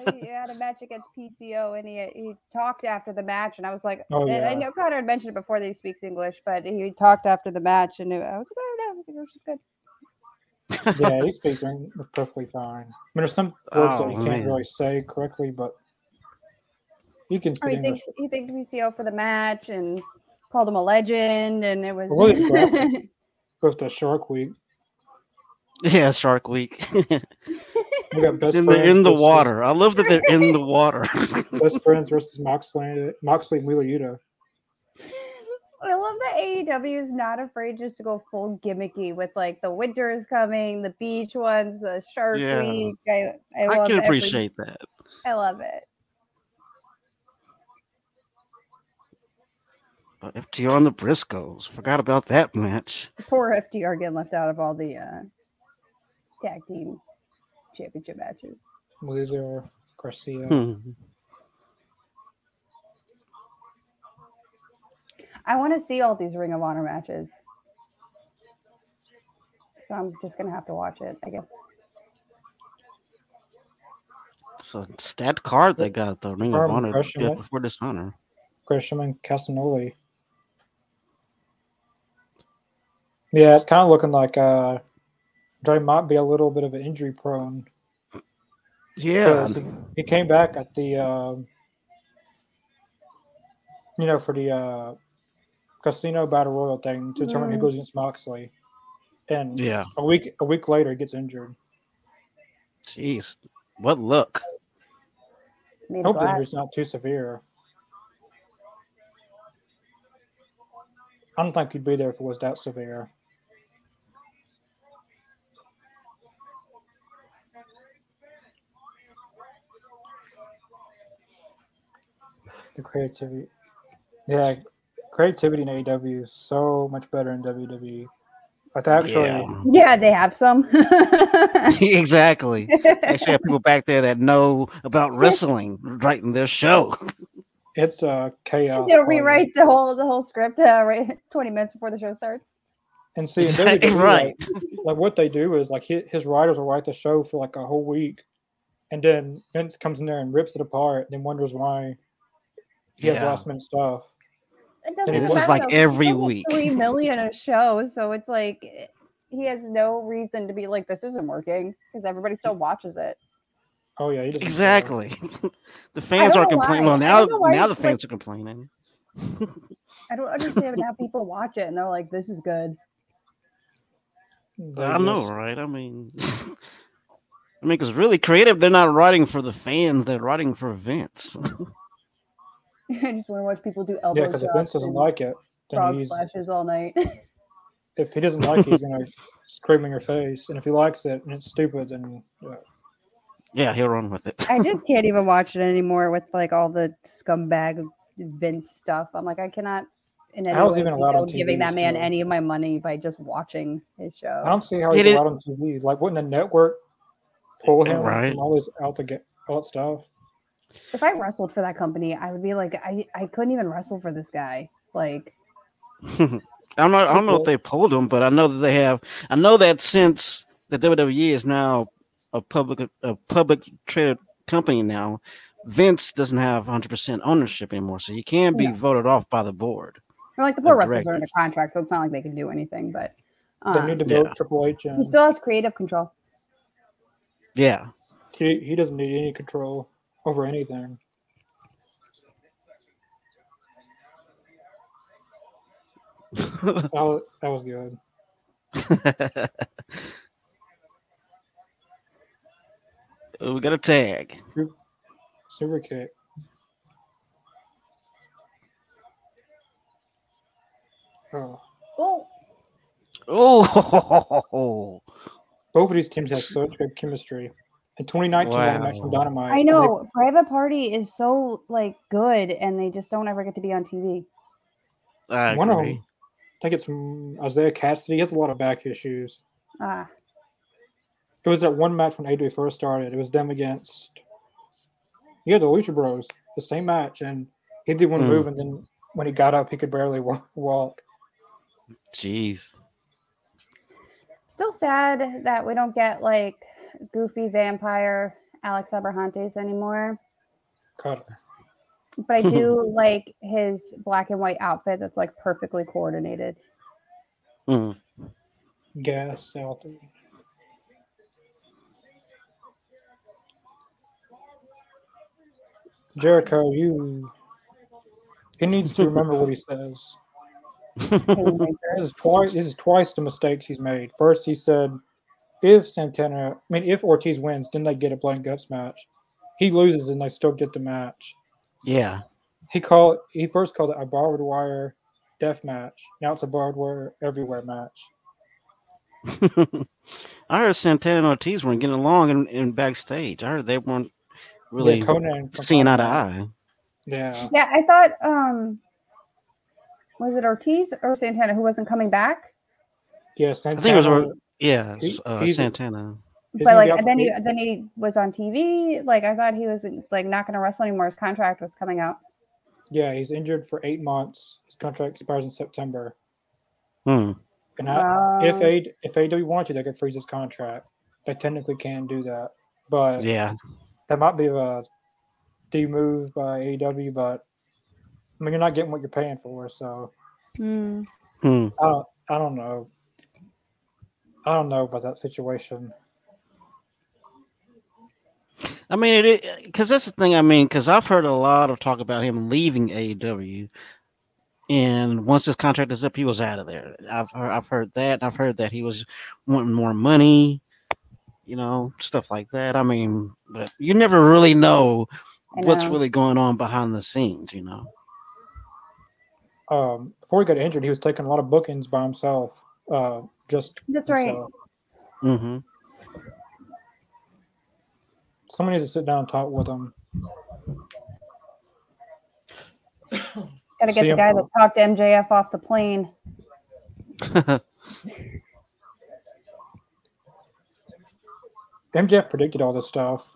So he had a match against PCO and he, he talked after the match. And I was like, Oh, and I yeah. know Connor had mentioned it before that he speaks English, but he talked after the match. And it- I was like, oh, no, his English is good. yeah, he speaks English perfectly fine. I mean, there's some words that Oh, he can't man. really say correctly, but he can Or speak he English. thanked, he thanked PCO for the match and called him a legend. And it was, Well, what is graphic? With the Shark Week, Yeah, Shark Week. we got best in friends the in the versus- water. I love that they're in the water. Best friends versus Moxley, Moxley and Wheeler Yuta. I love that AEW is not afraid just to go full gimmicky with like the winter is coming, the beach ones, the shark Yeah. week. I, I, I love can every- appreciate that. I love it. But FTR on the Briscoes. Forgot about that match. Poor FDR getting left out of all the uh, tag team championship matches. Loser Garcia. Hmm. I want to see all these Ring of Honor matches. So I'm just gonna have to watch it, I guess. It's a stat card they got though. Ring of Firm Honor impression, eh? yeah, right? before Dishonor. Gresham and Casanoli. Yeah, it's kind of looking like uh, Dre might be a little bit of an injury prone. Yeah. 'Cause He came back at the, um, you know, for the uh, casino battle royal thing to determine Mm. who goes against Moxley, and Yeah. a week a week later he gets injured. Jeez. What luck. It's made of Hope the glass. injury's not too severe. I don't think he'd be there if it was that severe. The creativity, yeah, creativity in AEW is so much better in WWE. But actually, Yeah. Yeah, they have some. exactly. Actually, have people back there that know about wrestling writing their show. it's a chaos. They'll party. rewrite the whole the whole script uh, right 20 minutes before the show starts. and see, in E, Exactly WWE, like, right. like what they do is like his, his writers will write the show for like a whole week, and then Vince comes in there and rips it apart, and then wonders why he has Yeah. last minute stuff. It doesn't this is matter, like though, 'cause every they get week. Three million a show, so it's like eh, he has no reason to be like this isn't working because everybody still watches it. Oh yeah, he doesn't care. Exactly. the fans don't are know why. complaining. Well, I now don't know why now the it's like- fans are complaining. I don't understand how people watch it and they're like, this is good. They I know, just- right? I mean, I mean, because really creative, they're not writing for the fans; they're writing for Vince. I just want to watch people do elbow Yeah, because if shots Vince doesn't and like it, then frog he's splashes all night. if he doesn't like it, he's gonna scream in your face, and if he likes it and it's stupid, then yeah. yeah, he'll run with it. I just can't even watch it anymore with like all the scumbag Vince stuff. I'm like, I cannot. In any How is way he even be allowed on giving TV that man still? any of my money by just watching his show. I don't see how It he's is- allowed on TV. Like, wouldn't the network pull him Right. from all his out to get all that stuff? if I wrestled for that company, I would be like, I, I couldn't even wrestle for this guy. Like, I'm not. I don't know if they pulled him, but I know that they have. I know that since the WWE is now a public a public traded company now, Vince doesn't have 100 percent ownership anymore, so he can be voted off by the board. or like the poor The wrestlers are under contract, so it's not like they can do anything. But They um, need to Yeah. vote Triple H, he and still has creative control. Yeah, he, he doesn't need any control over anything. That was, that was good. we got a tag. Super kick. Oh, Oh, Both of these teams have such good chemistry. In 2019, I Wow. mentioned Dynamite. I and know Private Party is so like good, and they just don't ever get to be on TV. I they- One of them, agree. I think it's mm, Isaiah Cassidy. He has a lot of back issues. Ah, It was that one match when AJ first started. It was them against, yeah, the Lucha Bros. The same match, and he did one Hmm. move, and then when he got up, he could barely wa- walk. Jeez. still sad that we don't get like goofy vampire Alex Abrahantes anymore. Cut. But I do like his black and white outfit that's like perfectly coordinated. Mm. gas out there. Jericho, you. He needs to remember what he says. This is twice. This is twice the mistakes he's made. First, he said, "If Santana, I mean, if Ortiz wins, then they get a blank guts match. He loses, and they still get the match." Yeah. He called. He first called it a barbed wire death match. Now it's a barbed wire everywhere match. I heard Santana and Ortiz weren't getting along in, in backstage. I heard they weren't really Yeah, Conan from seeing eye to Fox. eye. Yeah. Yeah, I thought um was it Ortiz or Santana who wasn't coming back? Yeah, it Santana. was a- Yeah, He- uh, he's- Santana. Isn't but he like out and then for he eight? then he was on TV. Like I thought he was like not gonna wrestle anymore. His contract was coming out. Yeah, he's injured for eight months. His contract expires in September. Hmm. And I, if Um, they if AW wanted to, they could freeze his contract. They technically can do that, but Yeah. that might be a D move by AW. But I mean, you're not getting what you're paying for, so hmm. Hmm. I don't I don't know. I don't know about that situation. I mean, it because that's the thing. I mean, because I've heard a lot of talk about him leaving AEW, and once his contract is up, he was out of there. I've heard, I've heard that. I've heard that he was wanting more money, you know, stuff like that. I mean, but you never really know I what's know. really going on behind the scenes, you know. Um, before he got injured, he was taking a lot of bookings by himself. Uh, just That's right. himself. hmm Someone needs to sit down and talk with him. Gotta get the CM guy that talked MJF off the plane. MJF predicted all this stuff.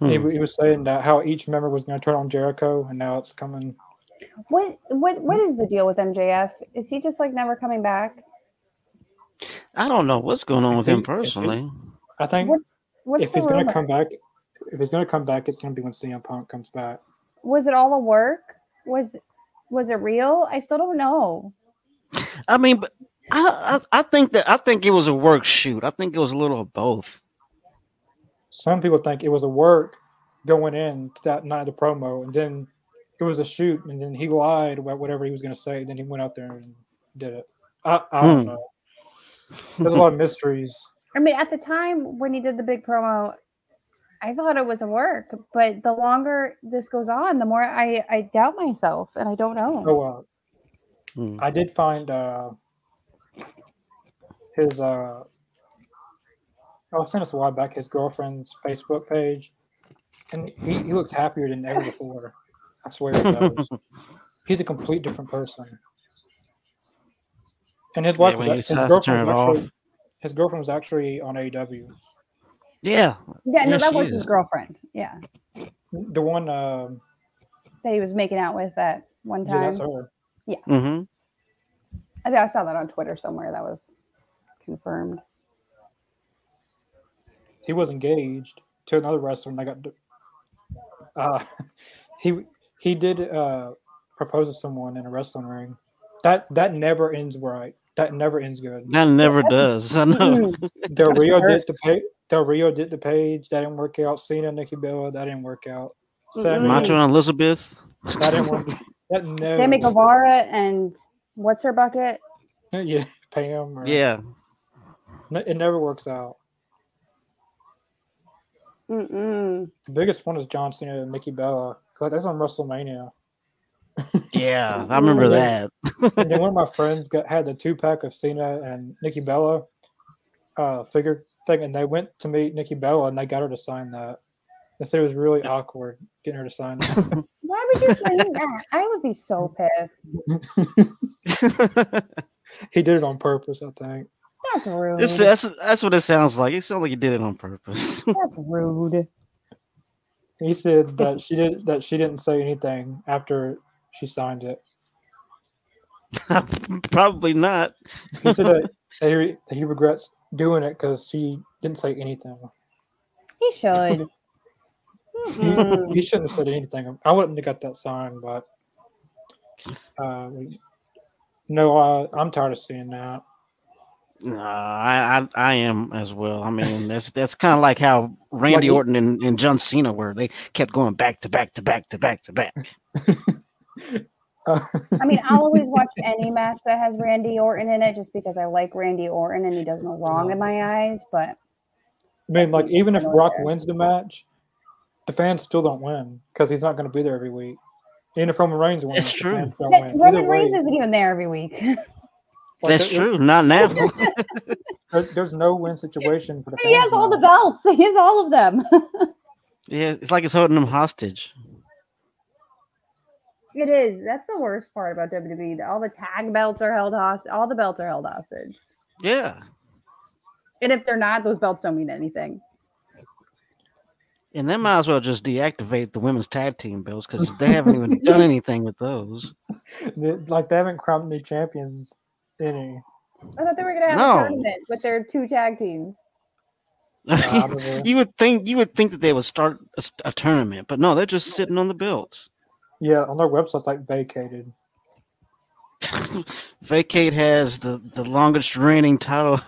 He, Hmm. w- he was saying that how each member was going to turn on Jericho, and now it's coming. What what Hmm? what is the deal with MJF? Is he just like never coming back? I don't know what's going on with If him he- if he- personally. I think What's what's if the he's going rumor? to come back, if he's going to come back, it's going to be when CM Punk comes back. was it all a work? Was was it real? I still don't know. I mean, but I, I I think that I think it was a work shoot. I think it was a little of both. Some people think it was a work going in to that night of the promo, and then it was a shoot, and then he lied about whatever he was going to say, and then he went out there and did it. I, I don't Hmm. know. There's a lot of mysteries. I mean, at the time when he did the big promo, I thought it was a work, but the longer this goes on, the more I I doubt myself, and I don't know. Oh, uh, Hmm. I did find uh, his. Uh, oh, I sent us a while back his girlfriend's Facebook page, and he, he looks happier than ever before. I swear he does. He's a complete different person. And his wife, Yeah, was, when a- he his, decides to girlfriend turn was it off. actually, his girlfriend was actually on AW. Yeah, Yeah, no, Yes, that she was his is. girlfriend. Yeah, The one, um that he was making out with that one yeah, time. that's her. hmm I think I saw that on Twitter somewhere. That was confirmed. He was engaged to another wrestler, and I got. d- Uh, he he did uh, propose to someone in a wrestling ring. That that never ends right. That never ends good. that never does. I know. Hmm. Mm, Del That's Rio did perfect. the page. Del Rio did the page. That didn't work out. Cena, Nikki Bella. That didn't work out. Sammy. Macho and Elizabeth. That didn't work. That never. Sammy Guevara and what's her bucket? yeah, Pam. Or, Yeah. n- it never works out. Mm-mm. The biggest one is John Cena and Nikki Bella. 'cause that's on WrestleMania. Yeah, I remember that. and then one of my friends got had the two pack of Cena and Nikki Bella uh, figure thing, and they went to meet Nikki Bella and they got her to sign that. They said it was really awkward getting her to sign that. Why would you say that? I would be so pissed. he did it on purpose, I think. That's rude. It's, that's that's what it sounds like. It sounds like you did it on purpose. That's rude. He said that she did that she didn't say anything after she signed it. Probably not. He said that, that, he, re- that he regrets doing it because she didn't say anything. He should. He, Mhm. he shouldn't have said anything. I wouldn't have got that sign, but uh, we- no, I, I'm tired of seeing that. Nah, I, I I am as well. I mean, that's that's kind of like how Randy Like- Orton and, and John Cena were. They kept going back to back to back to back to back. Uh, I mean, I'll always watch any match that has Randy Orton in it just because I like Randy Orton and he does no wrong in my eyes. But I mean, like even if Annoying Brock there. wins the match, the fans still don't win because he's not going to be there every week. Even if Roman Reigns wins, It's the true. fans don't That- win. Roman Either way, Reigns isn't even there every week. like, that's there- true. Not now. there- there's no win situation for the he fans has all the now. belts. He has all of them. yeah, it's like it's holding them hostage. It is. That's the worst part about WWE. All the tag belts are held hostage. All the belts are held hostage. Yeah, And if they're not, those belts don't mean anything. and they might as well just deactivate the women's tag team belts because they haven't even done anything with those. They- like they haven't crowned new champions any. I thought they were gonna have No. a tournament with their two tag teams. Probably. you would think you would think that they would start a, s- a tournament, but no, they're just sitting on the belts. Yeah, on their website's like vacated. Vacate has the, the longest reigning title.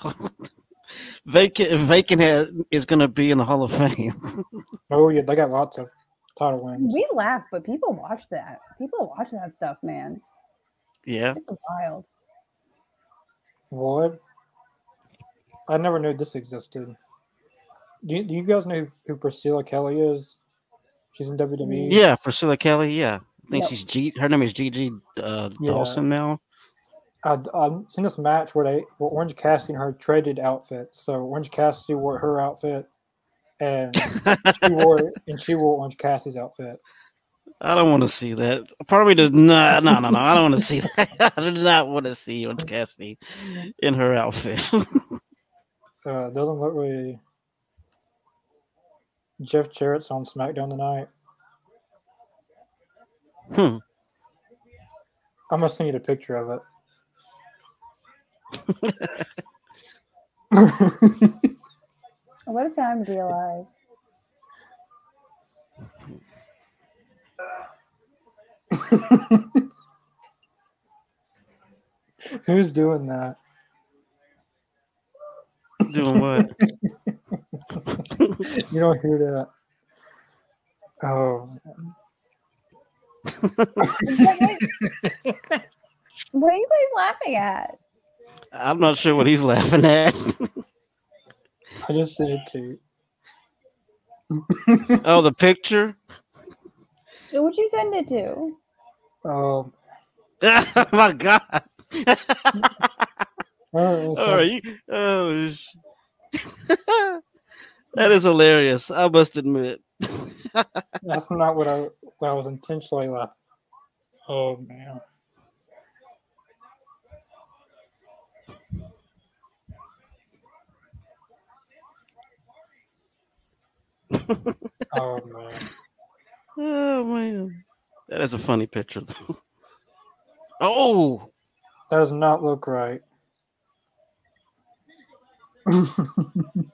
Vacant Vacant has, is going to be in the Hall of Fame. Oh yeah, they got lots of title wins. We laugh, but people watch that. People watch that stuff, man. Yeah, It's wild. What? I never knew this existed. Do you, do you guys know who, who Priscilla Kelly is? She's in E. WWE. yeah, Priscilla Kelly. Yeah, I think Yep. she's G. Her name is Gigi uh, Yeah. Dawson now. I, I've seen this match where they where Orange Cassidy and her traded outfits. So Orange Cassidy wore her outfit, and she wore and she wore Orange Cassidy's outfit. I don't want to see that. Part of me does not. No, no, no. I don't want to see that. I do not want to see Orange Cassidy in her outfit. Uh, doesn't look really. Jeff Jarrett's on SmackDown tonight. hmm. I'm gonna send you the picture of it. What a time to be alive. Who's doing that? Doing what? You don't hear that. Oh, what are you guys laughing at? I'm not sure what he's laughing at. I just sent it to you. oh, the picture. Who would you send it to? Oh, oh my God. oh, All right. Oh, sh- that is hilarious. I must admit. That's not what I what I was intentionally left. Oh man. oh man. Oh man, that is a funny picture. though. oh, That does not look right.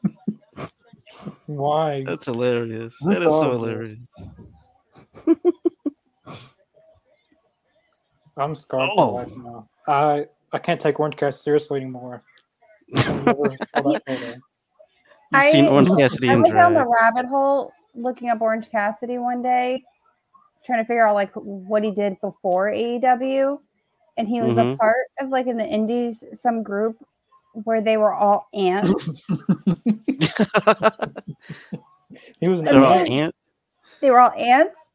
Why? that's hilarious. Who That is so thought of this? hilarious. I'm scarred Oh. for life now. I I can't take Orange Cassidy seriously anymore. I never saw that photo. You've I- seen Orange Cassidy I in went down the drag. rabbit hole looking up Orange Cassidy one day, trying to figure out like what he did before AEW, and he was a Mhm. part of like in the Indies some group where they were all ants. He was an They're all ant. ants. they were all ants,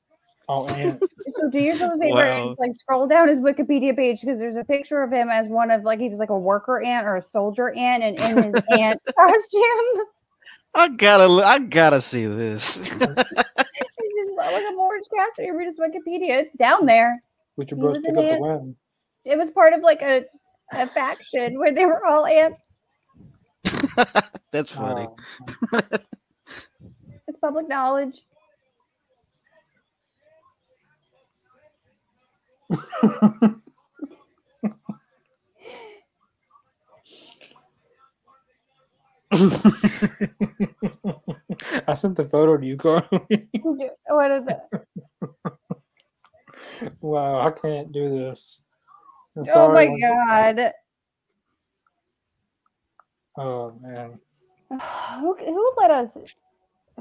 Oh, and So do yourself a favor and Wow. just, like scroll down his Wikipedia page because there's a picture of him as one of like he was like a worker ant or a soldier ant and in his ant costume. I gotta, l- I gotta see this. He just looked like a Orange Cassidy. Read his Wikipedia. It's down there. would your He bros was pick an up the ant. weapon? It was part of like a, a faction where they were all ants. That's funny. Oh, It's public knowledge. I sent the photo to you, Carl. Did you- What is it? wow, I can't do this. I'm Oh my sorry. god. Oh man, Who who let us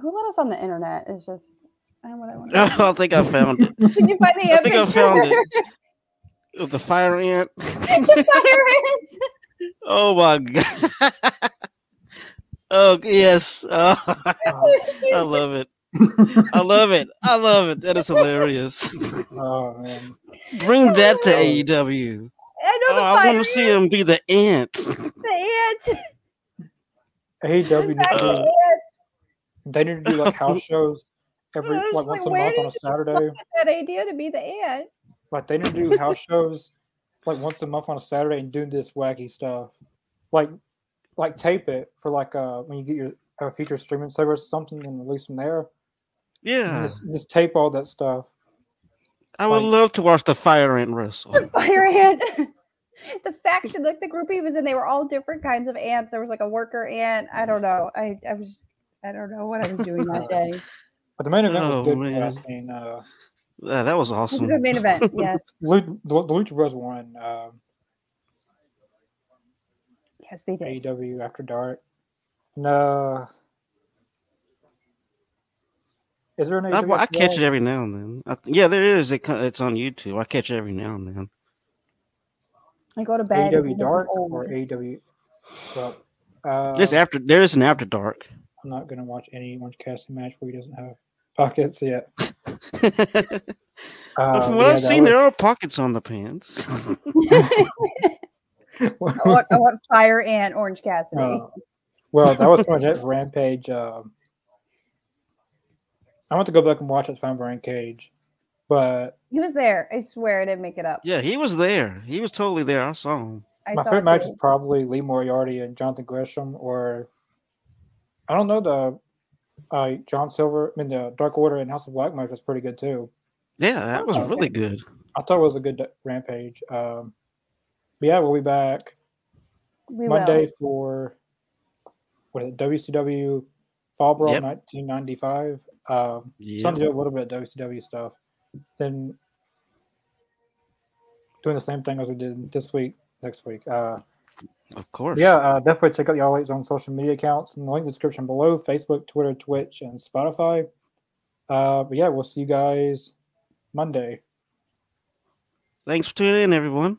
who let us on the internet? It's just I what I want. I think I found it. Did you find the I think I picture? found it. With the fire ant. The fire ants. Oh my god. oh yes. Oh, I love it. I love it. I love it. That is hilarious. oh man. Bring that Oh. to AEW. I know Oh, the I fire want to see him be the ant. ants, the ants, AEW, needs back to- Uh, to the Uh-huh. ants. they need to do like house shows every I was like once just like, a where month on a did Saturday. That idea to be the ant. Like they need to do house shows like once a month on a Saturday and do this wacky stuff. Like like tape it for like uh when you get your a future streaming service or something and release from there. And Yeah, Just, just tape all that stuff. I would like- love to watch the fire ant wrestle. Fire ant. the faction, like the group he was in, they were all different kinds of ants. There was like a worker ant. I don't know. I I was I don't know what I was doing that day. But the main event was Oh, good. from what man. I've seen. Uh, Yeah, that was It was a awesome. good main event. Yes, Lu- the, the Lucha Bros won um yes, they did. AEW E After Dark. uh, No. Is there an I, AEW I After catch Dark? it every now and then. I, yeah, there is. It, co- it's on YouTube. I catch it every now and then. I go to bed. and AEW I'm E Dark old. or AEW. Well, uh, It's after. There is an after dark. I'm not going to watch any Orange Cassidy match where he doesn't have pockets yet. But Uh, From what yeah, I've that seen, was- there are pockets on the pants. I want, I want fire ant Orange Cassidy. uh, well, that was pretty much it for Rampage. Um, I want to go back and watch it if I'm Rampage, but he was there. I swear I didn't make it up. yeah, he was there. He was totally there. I saw him. I my saw favorite it match too. is probably Lee Moriarty and Jonathan Gresham, or I don't know the uh, John Silver. I mean, the Dark Order and House of Black match was pretty good too. Yeah, that was Oh, okay. really good. I thought it was a good d- Rampage. Um, but yeah, we'll be back We Monday will. for what is it, WCW Fall Brawl Yep. 1995. Um, Yeah. Something to do a little bit of WCW stuff. Then doing the same thing as we did this week, next week. Uh, Of course. yeah, uh, definitely check out the All Eights on social media accounts in the link description below Facebook, Twitter, Twitch, and Spotify. Uh, but yeah, we'll see you guys Monday. Thanks for tuning in, everyone.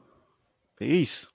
Peace.